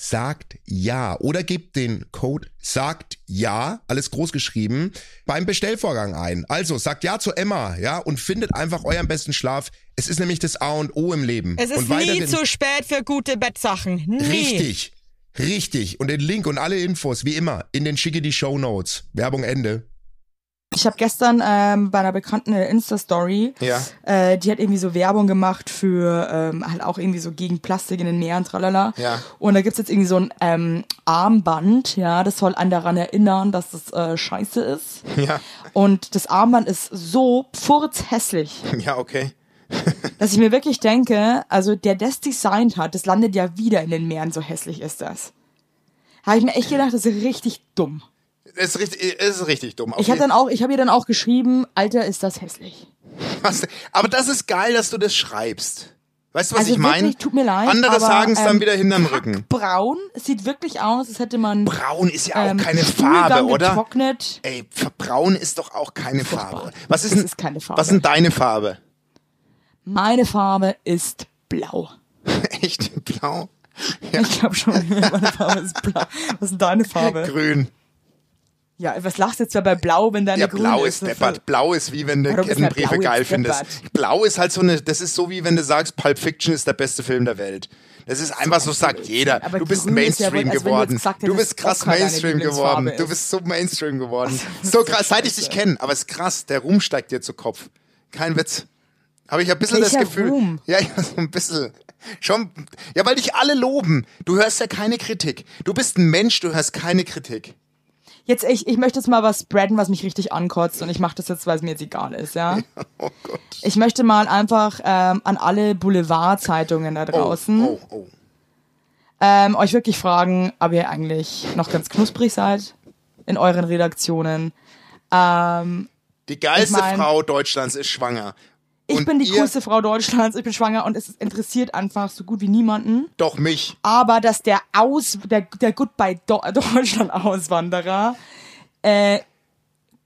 sagt ja oder gebt den Code sagt ja, alles groß geschrieben, beim Bestellvorgang ein. Also sagt ja zu Emma, ja, und findet einfach euren besten Schlaf. Es ist nämlich das A und O im Leben. Es ist und nie weiterhin- zu spät für gute Bettsachen. Nie. Richtig. Richtig. Und den Link und alle Infos, wie immer, in den schicke die Show Notes. Werbung Ende. Ich habe gestern ähm, bei einer Bekannten eine Insta-Story, Ja. äh, die hat irgendwie so Werbung gemacht für ähm, halt auch irgendwie so gegen Plastik in den Meeren, tralala. Ja. Und da gibt's jetzt irgendwie so ein ähm, Armband, ja, das soll einen daran erinnern, dass das äh, scheiße ist. Ja, Und das Armband ist so furzhässlich, ja, okay. dass ich mir wirklich denke, also der das designt hat, das landet ja wieder in den Meeren, so hässlich ist das. Habe ich mir echt gedacht, das ist richtig dumm. Es ist richtig, es ist richtig dumm. Auf Ich habe jeden- dann auch, ich habe ihr dann auch geschrieben, Alter, ist das hässlich. Was- Aber das ist geil, dass du das schreibst. Weißt du, was Also ich meine? wirklich, tut mir leid, Andere aber, sagen es dann ähm, wieder hinterm Rücken. Braun sieht wirklich aus, als hätte man Braun ist ja auch ähm, keine Stuhlgang Farbe, oder? getrocknet. Ey, f- braun ist doch auch keine Farbe. Was ist, Es denn- ist keine Farbe. Was ist denn deine Farbe? Meine Farbe ist blau. Echt blau? Ich glaube schon, meine Farbe ist blau. Was ist denn deine Farbe? Grün. Ja, was lachst du jetzt bei blau, wenn deine Ja, grün blau ist ist? deppert. Blau ist wie wenn du Warum ist denn Kettenbriefe blau jetzt geil findest. deppert? Blau ist halt so eine, das ist so wie wenn du sagst, Pulp Fiction ist der beste Film der Welt. Das ist einfach so, sagt jeder. Aber du bist grün ist ja Mainstream wohl, als wenn du jetzt geworden. gesagt du hättest, bist krass Oscar deine Mainstream geworden. Lieblingsfarbe Du ist. bist so Mainstream geworden. So krass, seit ich dich kenne. Aber es ist krass, der Ruhm steigt dir zu Kopf. Kein Witz. Habe ich ein bisschen das Welcher Gefühl. Ruhm? Ja, ja, so ein bisschen. Schon, ja, weil dich alle loben. Du hörst ja keine Kritik. Du bist ein Mensch, du hörst keine Kritik. Jetzt, ich, ich möchte jetzt mal was spreaden, was mich richtig ankotzt und ich mache das jetzt, weil es mir jetzt egal ist, ja? Oh Gott. Ich möchte mal einfach ähm, an alle Boulevardzeitungen da draußen Oh, oh, oh. ähm, euch wirklich fragen, ob ihr eigentlich noch ganz knusprig seid in euren Redaktionen. Ähm, Die geilste Ich mein- Frau Deutschlands ist schwanger. ich Und bin die ihr- coolste Frau Deutschlands, ich bin schwanger und es interessiert einfach so gut wie niemanden. Doch mich. Aber dass der Aus, der, der Goodbye Do Deutschland Auswanderer, äh,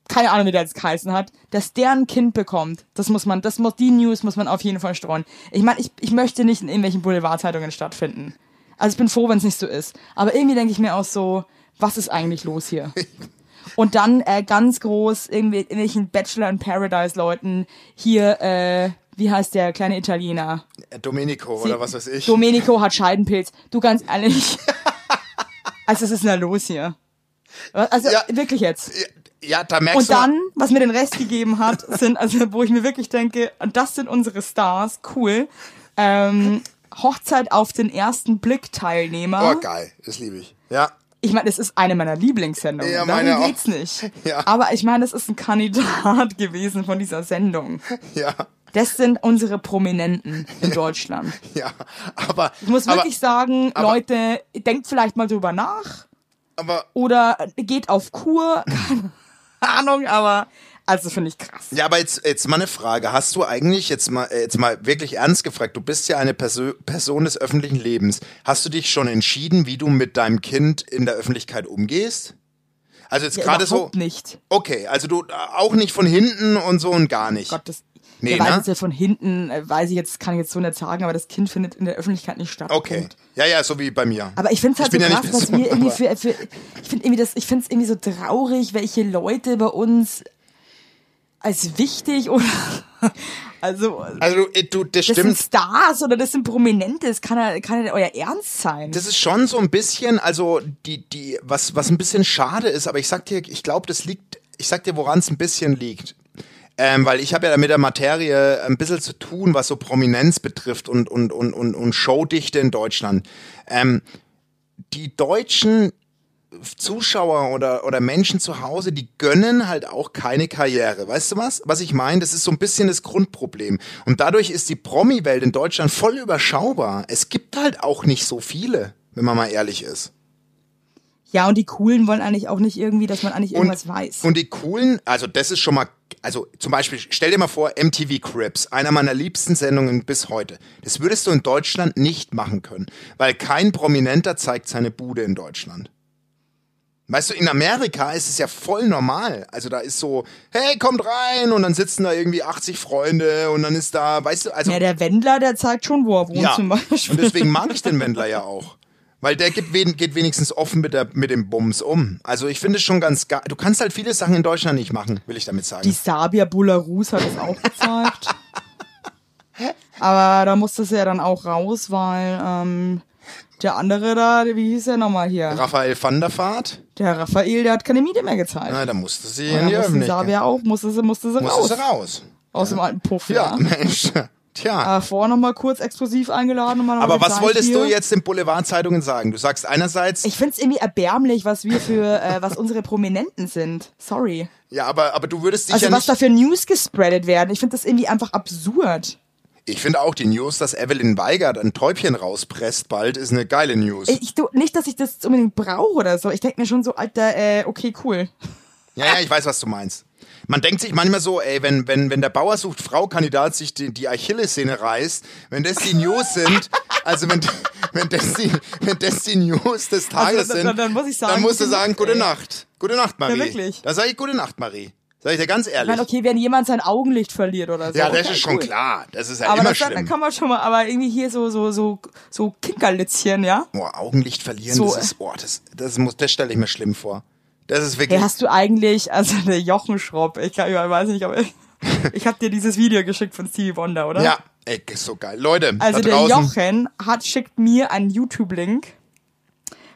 keine Ahnung, wie der jetzt geheißen hat, dass der ein Kind bekommt, das muss man, das muss, die News muss man auf jeden Fall streuen. Ich meine, ich, ich möchte nicht in irgendwelchen Boulevardzeitungen stattfinden. Also ich bin froh, wenn es nicht so ist. Aber irgendwie denke ich mir auch so, was ist eigentlich los hier? Und dann äh, ganz groß irgendwie irgendwelchen Bachelor in Paradise Leuten hier, äh, wie heißt der kleine Italiener? Äh, Domenico oder was weiß ich. Domenico hat Scheidenpilz. Du ganz ehrlich. also, es ist denn da los hier? Also, Ja. wirklich jetzt. ja, da merkst Und du. dann, was mir den Rest gegeben hat, sind, also, wo ich mir wirklich denke, das sind unsere Stars, cool. Ähm, Hochzeit auf den ersten Blick Teilnehmer. Oh, geil. Das liebe ich. Ja. Ich meine, es ist eine meiner Lieblingssendungen. Ja, Ja, meine auch. Darum geht's nicht. Ja. Aber ich meine, es ist ein Kandidat gewesen von dieser Sendung. Ja. Das sind unsere Prominenten in Deutschland. Ja. Aber. Ich muss wirklich sagen, aber- Leute, denkt vielleicht mal drüber nach Aber, aber, oder geht auf Kur. Keine Ahnung, aber also finde ich krass. ja, aber jetzt, jetzt mal eine Frage. Hast du eigentlich, jetzt mal, äh, jetzt mal wirklich ernst gefragt, du bist ja eine Perso Person des öffentlichen Lebens. Hast du dich schon entschieden, wie du mit deinem Kind in der Öffentlichkeit umgehst? Also jetzt Ja, gerade so. überhaupt nicht. Okay, also du äh, auch nicht von hinten und so und gar nicht. Gott, das Nee, nee, weiß ne? jetzt ja von hinten, äh, weiß ich jetzt, kann ich jetzt so nicht sagen, aber das Kind findet in der Öffentlichkeit nicht statt. Okay. Punkt. Ja, ja, so wie bei mir. Aber ich finde es halt bin so ja krass, nicht was Person, wir irgendwie aber- für, für ich finde irgendwie das, ich finde es irgendwie so traurig, welche Leute bei uns als wichtig oder also Also du, du das das stimmt. sind Stars oder das sind Prominente, das kann ja, kann ja euer Ernst sein. Das ist schon so ein bisschen, also die, die, was, was ein bisschen schade ist, aber ich sag dir, ich glaube, das liegt, ich sag dir, woran es ein bisschen liegt. Ähm, weil ich habe ja mit der Materie ein bisschen zu tun, was so Prominenz betrifft und, und, und, und, und Showdichte in Deutschland. Ähm, die deutschen Zuschauer oder, oder Menschen zu Hause, die gönnen halt auch keine Karriere. Weißt du was? Was ich meine, das ist so ein bisschen das Grundproblem. Und dadurch ist die Promi-Welt in Deutschland voll überschaubar. Es gibt halt auch nicht so viele, wenn man mal ehrlich ist. Ja, und die Coolen wollen eigentlich auch nicht irgendwie, dass man eigentlich irgendwas weiß. Und die coolen, also das ist schon mal, also zum Beispiel, stell dir mal vor, MTV Cribs, einer meiner liebsten Sendungen bis heute. Das würdest du in Deutschland nicht machen können, weil kein Prominenter zeigt seine Bude in Deutschland. Weißt du, in Amerika ist es ja voll normal. Also da ist so, hey, kommt rein und dann sitzen da irgendwie 80 Freunde und dann ist da, weißt du, also ja, der Wendler, der zeigt schon, wo er wohnt zum Beispiel. und deswegen mag ich den Wendler ja auch. Weil der gibt, wen- geht wenigstens offen mit, der, mit dem Bums um. Also ich finde es schon ganz geil. Du kannst halt viele Sachen in Deutschland nicht machen, will ich damit sagen. Die Sabia Bularus hat das auch gezeigt. Aber da musste es ja dann auch raus, weil ähm, der andere da, wie hieß der nochmal hier? Raphael van der Vaart, Der Raphael, der hat keine Miete mehr gezahlt. na, da musste sie Ja, in die mussten Öffentlichkeit. Sabia auch, musste sie, musste sie Musste raus. sie raus. Aus dem alten Puff, Ja, ja. Mensch. Tja. Äh, vorher nochmal kurz explosiv eingeladen. Und mal noch Aber gezeigt was wolltest hier. du jetzt den Boulevardzeitungen sagen? Du sagst einerseits, Ich find's irgendwie erbärmlich, was wir für, äh, was unsere Prominenten sind. Sorry. ja, aber, aber du würdest dich Also ja was nicht... da für News gespreadet werden. Ich find das irgendwie einfach absurd. Ich finde auch die News, dass Evelyn Weigert ein Täubchen rauspresst bald, ist eine geile News. Ich, ich, du, nicht, dass ich das jetzt unbedingt brauche oder so. Ich denk mir schon so, Alter, äh, okay, cool. Ja, ja, ich weiß, was du meinst. Man denkt sich manchmal so, ey, wenn, wenn, wenn der Bauer sucht Frau-Kandidat sich die, die Achillessehne reißt, wenn das die News sind, also wenn, wenn, das die, wenn das die News des Tages Also, dann- sind, dann- dann muss ich sagen, dann musst du gute sagen, Nacht, gute ey. Nacht. Gute Nacht, Marie. Ja, wirklich. Da sage ich gute Nacht, Marie. Sag ich dir ganz Ich ehrlich. mein, okay, wenn jemand sein Augenlicht verliert oder so. ja, das okay, ist schon cool. klar. Das ist ja Aber immer das, schlimm. dann kann man schon mal, aber irgendwie hier so, so, so, so Kinkerlitzchen, ja? oh, Augenlicht verlieren, So, äh. das ist, oh, das, das muss, das stelle ich mir schlimm vor. Das ist wirklich. Hey, hast du eigentlich, also der Jochen Schropp, ich, kann, ich weiß nicht, aber ich, ich habe dir dieses Video geschickt von Stevie Wonder, oder? ja, ey, ist so geil. Leute, Also da der draußen. Jochen hat, schickt mir einen YouTube-Link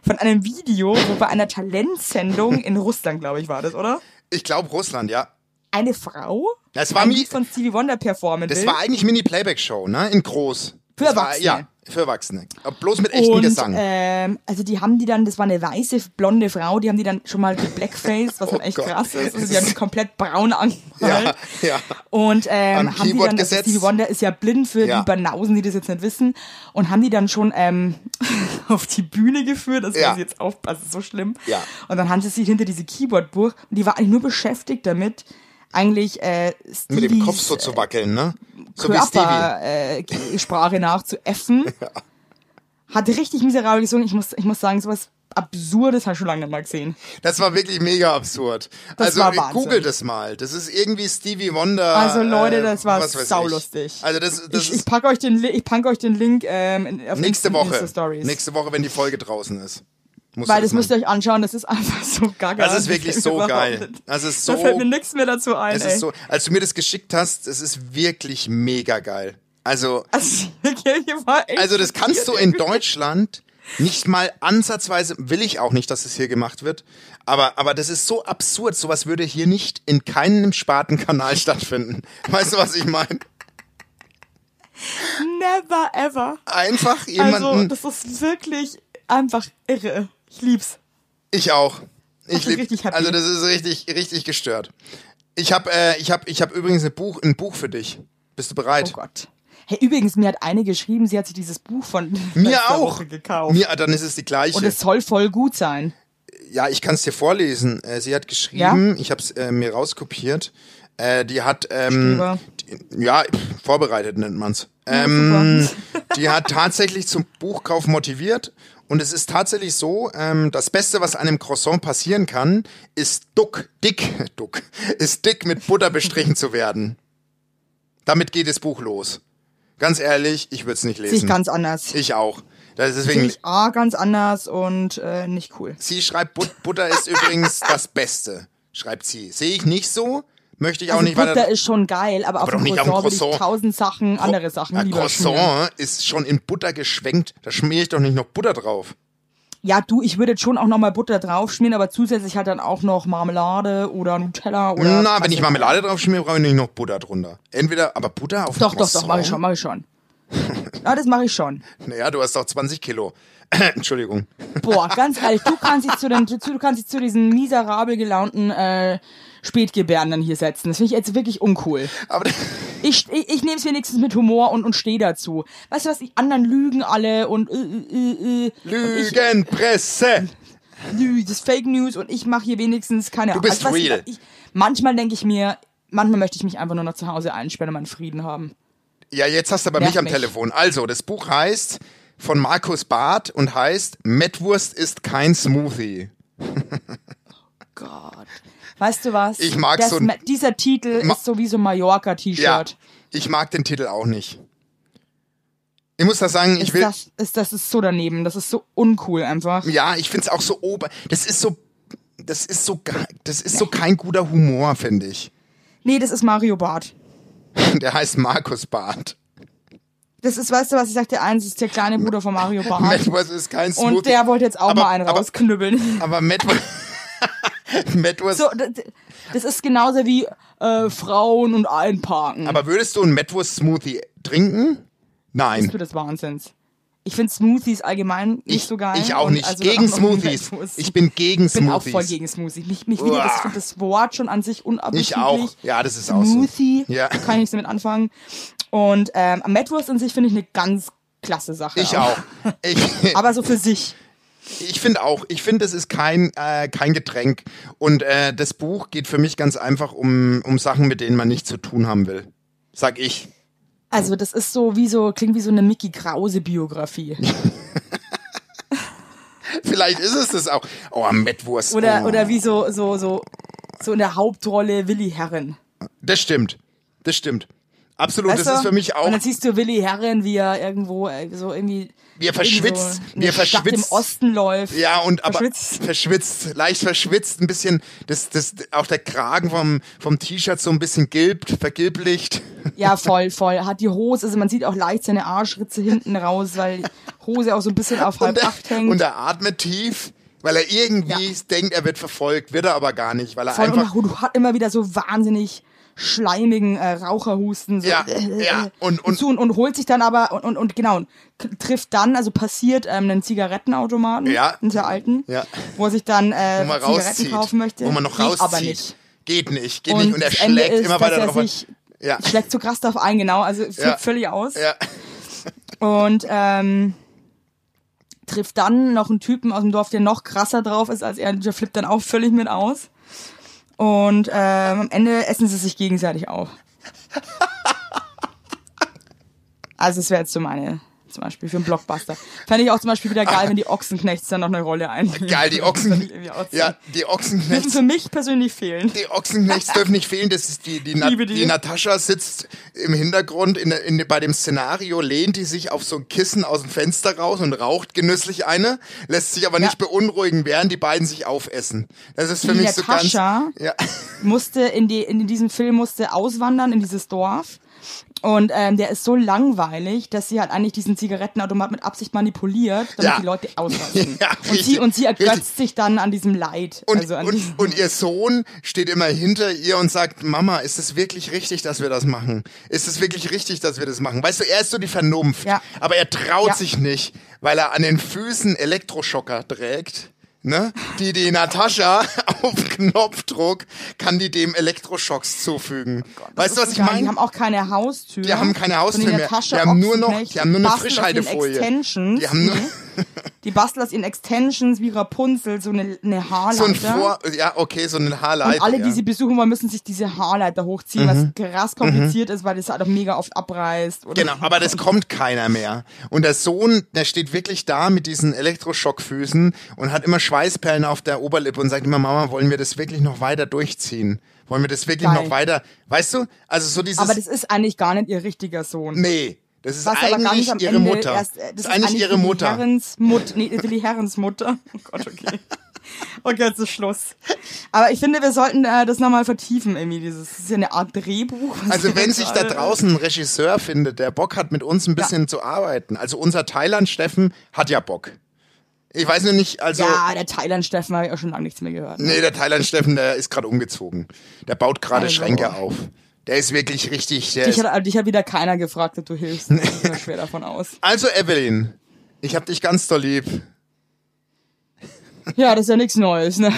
von einem Video, wo bei einer Talentsendung in Russland, glaube ich, war das, oder? Ich glaube Russland, ja. Eine Frau Das war ein mi- Lied von Stevie Wonder performen Das will. war eigentlich Mini-Playback-Show, ne? In groß. Für Das war, Erwachsene. ja, für Erwachsene. Aber bloß mit echtem und, Gesang. Ähm, also die haben die dann, das war eine weiße, blonde Frau, die haben die dann schon mal geblackfaced, was Oh halt echt Gott. krass ist. Also Das die haben ist- die komplett braun angemalt. Ja, ja. Und ähm, Am haben die Keyboard dann, also gesetzt. Stevie Wonder ist ja blind für Ja. die Banausen, die das jetzt nicht wissen. Und haben die dann schon ähm, auf die Bühne geführt, das Ja. muss ich jetzt aufpassen, das ist so schlimm. Ja. Und dann haben sie sich hinter diese Keyboard-Burg und die war eigentlich nur beschäftigt damit, eigentlich äh, mit dem Stevies, Kopf so zu wackeln, ne? So wie Stevie. Körpersprache äh, nachzuäffen. Hat richtig miserabel gesungen. Ich muss, ich muss sagen, sowas Absurdes habe ich schon lange nicht mal gesehen. Das war wirklich mega absurd. Das also war äh, Wahnsinn. google das mal. Das ist irgendwie Stevie Wonder. Also, Leute, das war was weiß ich. saulustig. Also das, das Ich, ich ist packe euch den, Li- ich pack euch den Link ähm, in, auf nächste Insta- Woche. Insta-Stories. Nächste Woche, wenn die Folge draußen ist. Musst Weil du das müsst machen. ihr euch anschauen, das ist einfach so gaga. Das ist wirklich fällt so mir überhaupt geil. nicht- Das ist Oh Da fällt so mir nichts mehr dazu ein, Es ey. ist so, als du mir das geschickt hast, es ist wirklich mega geil. Also, also, okay, hier war echt also das kannst du in Deutschland nicht mal ansatzweise, will ich auch nicht, dass es hier gemacht wird, aber, aber das ist so absurd, sowas würde hier nicht in keinem Spatenkanal stattfinden. Weißt du, was ich meine? never ever. Einfach Also, jemanden, das ist wirklich einfach irre. Ich lieb's. ich auch. Ich bin richtig lieb, happy. also das ist richtig, richtig gestört. Ich habe äh, ich hab, ich hab übrigens ein Buch, ein Buch für dich. Bist du bereit? Oh Gott. Hey, übrigens, mir hat eine geschrieben, sie hat sich dieses Buch von Mir letzter auch. Woche gekauft. Mir, ah, dann ist es die gleiche. Und es soll voll gut sein. Ja, ich kann es dir vorlesen. Äh, Sie hat geschrieben, ich habe es äh, mir rauskopiert. Äh, die hat, ähm, Stöber. die, ja, pff, vorbereitet nennt man's. Ähm, die hat tatsächlich zum Buchkauf motiviert. Und es ist tatsächlich so, ähm, das Beste, was einem Croissant passieren kann, ist duck, dick, duck, ist dick mit Butter bestrichen zu werden. Damit geht das Buch los. Ganz ehrlich, ich würde es nicht Sehe ich lesen. ganz anders. ich auch. Das ist Sehe deswegen, ich A ganz anders und äh, nicht cool. Sie schreibt, But Butter ist übrigens das Beste, schreibt sie. Sehe ich nicht so, möchte ich auch Also nicht Butter weiter. ist schon geil, aber, auf doch dem nicht auf Croissant, dem will Croissant. ich tausend Sachen, andere Sachen Ja, lieber schmieren. Croissant ist schon in Butter geschwenkt. Da schmiere ich doch nicht noch Butter drauf. Ja, du, ich würde jetzt schon auch nochmal Butter drauf schmieren, aber zusätzlich halt dann auch noch Marmelade oder Nutella oder. Na, was wenn ich weiß Marmelade drauf schmiere, brauche ich nicht noch Butter drunter. Entweder, aber Butter auf Doch, doch, Croissant? doch, mache ich schon, mache ich schon. Ja, das mache ich schon. Naja, du hast doch 20 Kilo. Entschuldigung. Boah, ganz ehrlich, du kannst dich zu, den, zu, du kannst dich zu diesen miserabel gelaunten äh, Spätgebärenden hier setzen. Das finde ich jetzt wirklich uncool. Aber Ich, ich, ich nehme es wenigstens mit Humor und, und stehe dazu. Weißt du was, die anderen lügen alle und... Äh, äh, äh, äh. Lügenpresse! nö, das ist Fake News und ich mache hier wenigstens keine Ahnung. bist weißt real. Ich, manchmal denke ich mir, manchmal möchte ich mich einfach nur noch zu Hause einsperren und meinen Frieden haben. Ja, jetzt hast du aber Nervt mich am mich. Telefon. Also, das Buch heißt von Markus Barth und heißt Mettwurst ist kein Smoothie. Gott. Weißt du was? Ich mag das, so ein- Ma- Dieser Titel Ma- ist sowieso Mallorca-T-Shirt. Ja, ich mag den Titel auch nicht. Ich muss da sagen, ich Ist will. das, ist, das ist so daneben. Das ist so uncool einfach. Ja, ich find's auch so ober. Das ist so. Das ist so. ge- Das ist so kein guter Humor, finde ich. Nee, das ist Mario Barth. Der heißt Markus Barth. Das ist, weißt du was, ich sagte eins, das ist der kleine Bruder von Mario Barth. Mettwurst ist kein Smoothie. Und der wollte jetzt auch Aber- mal einen aber- rausknüppeln. Aber Mettwurst. Mettwurst. So, d- d- das ist genauso wie äh, Frauen und Einparken. Aber würdest du einen Mettwurst-Smoothie trinken? Nein. Bist du des Wahnsinns? Ich finde Smoothies allgemein nicht so geil. Ich auch und nicht. also gegen auch noch nie Smoothies. Mettwurst. Ich bin gegen bin auch Smoothies. voll gegen Smoothies. Mich, mich Uah. wieder, das, ich finde das Wort schon an sich unappetitlich. Ich auch. Ja, das ist auch so. Smoothie, Ja. kann ich nichts damit anfangen. Und ähm, Mettwurst an sich finde ich eine ganz klasse Sache. Ich auch. Ich, Aber so für sich. ich finde auch. Ich finde, das ist kein, äh, kein Getränk. Und äh, das Buch geht für mich ganz einfach um, um Sachen, mit denen man nichts zu tun haben will. Sag ich. Also das ist so wie so, klingt wie so eine Mickey Krause Biografie. Vielleicht ist es das auch. Oh, Mettwurst. Oder, oh. oder wie so, so, so, so in der Hauptrolle Willi Herren. Das stimmt. Das stimmt. Absolut. Weißt Oh, das ist du? für mich auch. Und dann siehst du Willi Herren, wie er irgendwo äh, so irgendwie. Wie er irgendwie verschwitzt, So wie er eine Stadt verschwitzt. im Osten läuft. Ja, und aber Verschwitzt. verschwitzt, leicht verschwitzt, ein bisschen, das, das, auch der Kragen vom, vom T-Shirt so ein bisschen gilbt, vergilblicht. Ja, voll, voll. Hat die Hose, also man sieht auch leicht seine Arschritze hinten raus, weil die Hose auch so ein bisschen auf halb Und er, acht hängt. und er atmet tief, weil er irgendwie denkt, er wird verfolgt, wird er aber gar nicht, weil er voll einfach. und du hat immer wieder so wahnsinnig schleimigen äh, Raucherhusten. So, Ja, äh, ja, äh, und- und- zu und, und holt sich dann aber und, und, und genau, und k- trifft dann, also passiert ähm, einen Zigarettenautomaten, Ja. einen sehr alten, Ja. wo er sich dann wo äh, man Zigaretten rauszieht, kaufen möchte. wo man noch Geht rauszieht. Aber nicht. Geht nicht, geht Und nicht. Und er das Ende schlägt ist, immer weiter dass er drauf. an. sich- Ja, Schlägt so krass drauf ein, genau, also flippt Ja. völlig aus. ja. Und ähm, trifft dann noch einen Typen aus dem Dorf, der noch krasser drauf ist als er. Der flippt dann auch völlig mit aus. Und ähm, am Ende essen sie sich gegenseitig auf. Also das wäre jetzt so meine, zum Beispiel für einen Blockbuster. Fände ich auch zum Beispiel wieder geil, wenn die Ochsenknechts dann noch eine Rolle einnehmen. Geil, die Ochsen. Ja. Ja, die Dürfen Ochsenknechts. für mich persönlich fehlen. Die Ochsenknechts dürfen nicht fehlen. Das ist die, die, Na Liebe die. die. Natascha sitzt im Hintergrund in, der- in, bei dem Szenario, lehnt die sich auf so ein Kissen aus dem Fenster raus und raucht genüsslich eine, lässt sich aber nicht beunruhigen, während die beiden sich aufessen. Das ist für Die mich so ganz. Natascha. Ja, musste in, die, in diesem Film musste auswandern in dieses Dorf. Und ähm, der ist so langweilig, dass sie halt eigentlich diesen Zigarettenautomat mit Absicht manipuliert, damit Ja. die Leute ausrasten. Ja, und, richtig, sie, und sie richtig. ergötzt sich dann an diesem Leid. Und, also an diesem, und, und ihr Sohn steht immer hinter ihr und sagt, Mama, ist es wirklich richtig, dass wir das machen? Ist es wirklich richtig, dass wir das machen? Weißt du, er ist so die Vernunft, Ja. aber er traut Ja. sich nicht, weil er an den Füßen Elektroschocker trägt. Ne? Die die Natascha auf Knopfdruck kann die dem Elektroschocks zufügen. Oh weißt Das du, ist was ich geil. Die meine? haben auch keine Haustür. Die haben keine Haustür Sondern in mehr. der Tasche Die haben nur noch- Ochsenknecht die haben nur eine basteln aus ihren Frischhaltefolie. Extensions. Die haben nur- Mhm. die basteln aus ihren Extensions wie Rapunzel, so eine, eine Haarleiter. so ein Vor, ja, okay, so ein Haarleiter. Und alle, die ja. Mhm. sie besuchen wollen, müssen sich diese Haarleiter hochziehen, was krass kompliziert ist, weil das halt auch mega oft abreißt. Oder Genau, aber das kommt keiner mehr. Und der Sohn, der steht wirklich da mit diesen Elektroschockfüßen und hat immer Schweißperlen auf der Oberlippe und sagt immer, Mama, wollen wir das wirklich noch weiter durchziehen? Wollen wir das wirklich Geil. noch weiter? Weißt du? Also so dieses. aber das ist eigentlich gar nicht ihr richtiger Sohn. nee, das ist Was aber eigentlich gar nicht am ihre Ende Mutter. Erst, äh, das das ist eigentlich ihre Willi Mutter. Herrens Mut, nee, Willi Herrens Mutter. Oh Gott, okay. Okay, jetzt ist Schluss. Aber ich finde, wir sollten äh, das nochmal vertiefen, irgendwie. Dieses das ist ja eine Art Drehbuch. was Also wir wenn jetzt sich da gerade- draußen ein Regisseur findet, der Bock hat, mit uns ein bisschen zu arbeiten. Also unser Thailand-Steffen hat ja Bock. Ich weiß nur nicht, also. Ja, der Thailand-Steffen habe ich auch schon lange nichts mehr gehört. Nee, der Thailand-Steffen, der ist gerade umgezogen. Der baut gerade Also. Schränke auf. Der ist wirklich richtig. Der Dich ist hat, dich hat wieder keiner gefragt, ob du hilfst. Ich gehe mal schwer davon aus. also, Evelyn, ich hab dich ganz doll lieb. Ja, das ist ja nichts Neues, ne?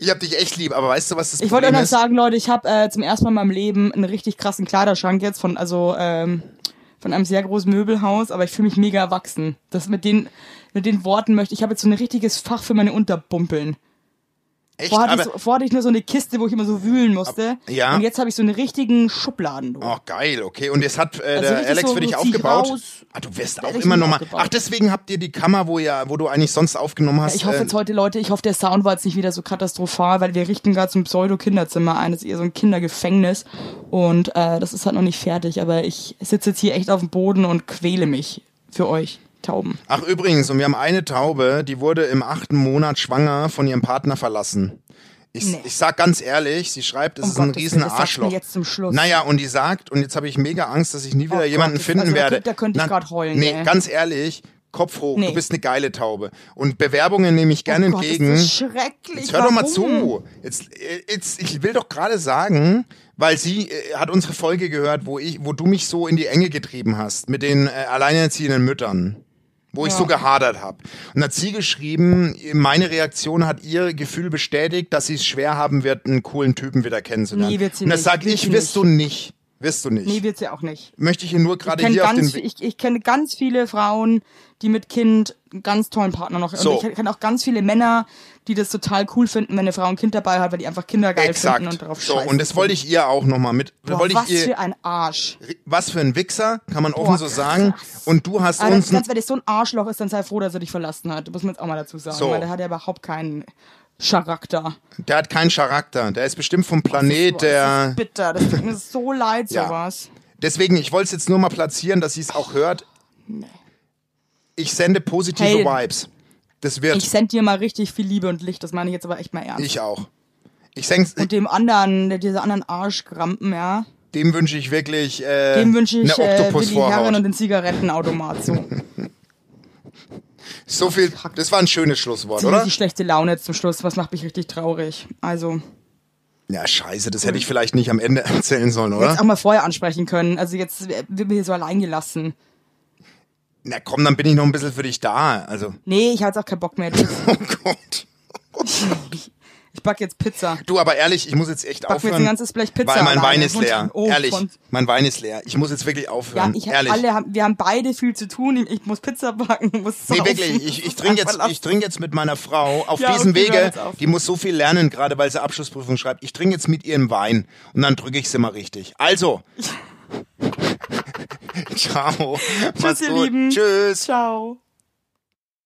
Ich hab dich echt lieb, aber weißt du, was das Ich wollte euch Problem noch ist? sagen, Leute, ich habe äh, zum ersten Mal in meinem Leben einen richtig krassen Kleiderschrank jetzt von, also ähm, von einem sehr großen Möbelhaus, aber ich fühle mich mega erwachsen. Das mit den, mit den Worten möchte ich, habe jetzt so ein richtiges Fach für meine Unterbumpeln. Echt? Vorher hatte, Aber, ich so, vorher hatte ich nur so eine Kiste, wo ich immer so wühlen musste. Ab- ja. Und jetzt habe ich so einen richtigen Schubladen. Du. oh, geil, okay. Und jetzt hat äh, Also der richtig Alex so, für dich so zieh ich aufgebaut. raus. ah, du wirst Der auch hat immer richtig nochmal. aufgebaut. Ach, deswegen habt ihr die Kammer, wo, ja, wo du eigentlich sonst aufgenommen hast. ähm, Ich hoffe jetzt heute, Leute, ich hoffe, der Sound war jetzt nicht wieder so katastrophal, weil wir richten gerade so ein Pseudo-Kinderzimmer ein. Das ist eher so ein Kindergefängnis. Und äh, das ist halt noch nicht fertig. Aber ich sitze jetzt hier echt auf dem Boden und quäle mich für euch. Tauben. Ach übrigens, und wir haben eine Taube, die wurde im achten Monat schwanger von ihrem Partner verlassen. Ich, Nee. ich sag ganz ehrlich, sie schreibt, es Um ist ein Gottes riesen Willen, das sagt mir Arschloch. jetzt zum Schluss. Naja, und die sagt, und jetzt habe ich mega Angst, dass ich nie wieder jemanden Gott, ich- finden also da werde. könnte- da könnte ich Na, grad heulen, Nee, gell? ganz ehrlich, Kopf hoch, du Nee. bist eine geile Taube. Und Bewerbungen nehme ich gerne oh Gott, entgegen. Ist das schrecklich. Jetzt hör doch mal Warum? zu. Jetzt, äh, jetzt, ich will doch gerade sagen, weil sie äh, hat unsere Folge gehört, wo, ich, wo du mich so in die Enge getrieben hast mit den äh, alleinerziehenden Müttern. Wo ich so gehadert habe. Und hat sie geschrieben, meine Reaktion hat ihr Gefühl bestätigt, dass sie es schwer haben wird, einen coolen Typen wieder kennenzulernen. Nee, wird sie Und das nicht, sag wird ich, sie wirst nicht. du nicht. Wirst du nicht. Nee, wird's ja auch nicht. Möchte ich hier nur gerade kenne hier auf den ganz, Weg. ich, ich kenne ganz viele Frauen, die mit Kind einen ganz tollen Partner noch. So. Und ich kenne auch ganz viele Männer, die das total cool finden, wenn eine Frau ein Kind dabei hat, weil die einfach Kinder geil Exakt. finden und darauf so, scheißen. und das wollte ich ihr auch nochmal mit. Boah, wollte was ich ihr, für ein Arsch. was für ein Wichser, kann man offen Boah, so sagen. Und du hast Aber uns. Ah, das, ganz, wenn das so ein Arschloch ist, dann sei froh, dass er dich verlassen hat. Muss man jetzt auch mal dazu sagen, So. weil der hat ja überhaupt keinen Charakter. Der hat keinen Charakter. Der ist bestimmt vom Planet, das der. ist bitter. Das tut mir so leid, Ja. sowas. Deswegen, ich wollte es jetzt nur mal platzieren, dass sie es auch hört. Ich sende positive Hey. Vibes. Das wird. Ich Ich, send dir mal richtig viel Liebe und Licht, das meine ich jetzt aber echt mal ernst. auch. Ich senk's, und dem anderen, dieser anderen Arschkrampen, ja. dem wünsche ich wirklich äh, Dem wünsche ich eine äh, Willi Herren und Oktopusvorhaut. den Zigarettenautomat. So. so viel. Das war ein schönes Schlusswort, Oder? oder? Die schlechte Laune jetzt zum Schluss, was macht mich richtig traurig. Also, Ja, scheiße, das hätte ich vielleicht nicht am Ende erzählen sollen, oder? jetzt auch mal vorher ansprechen können. Also jetzt wird mir hier so allein gelassen. Na komm, dann bin ich noch ein bisschen für dich da. Also, Nee, ich hatte auch keinen Bock mehr. oh Gott. Ich back jetzt Pizza. Du, aber ehrlich, ich muss jetzt echt mir jetzt aufhören. ein ganzes Blech Pizza Weil mein alleine. Wein ist Und- leer. oh, ehrlich, von- mein Wein ist leer. Ich muss jetzt wirklich Ja, aufhören. ich hab ehrlich. alle, haben- wir haben beide viel zu tun. Ich- Ich muss Pizza backen, muss Nee, saufen. wirklich, ich, ich trinke jetzt, ich trink jetzt mit meiner Frau auf Ja, diesem okay, hör Wege, jetzt auf. die muss so viel lernen, gerade weil sie Abschlussprüfung schreibt. Ich trinke jetzt mit ihr einen Wein und dann drücke ich sie mal richtig. Also. Ciao. Tschüss, ihr Lieben. Tschüss. Ciao.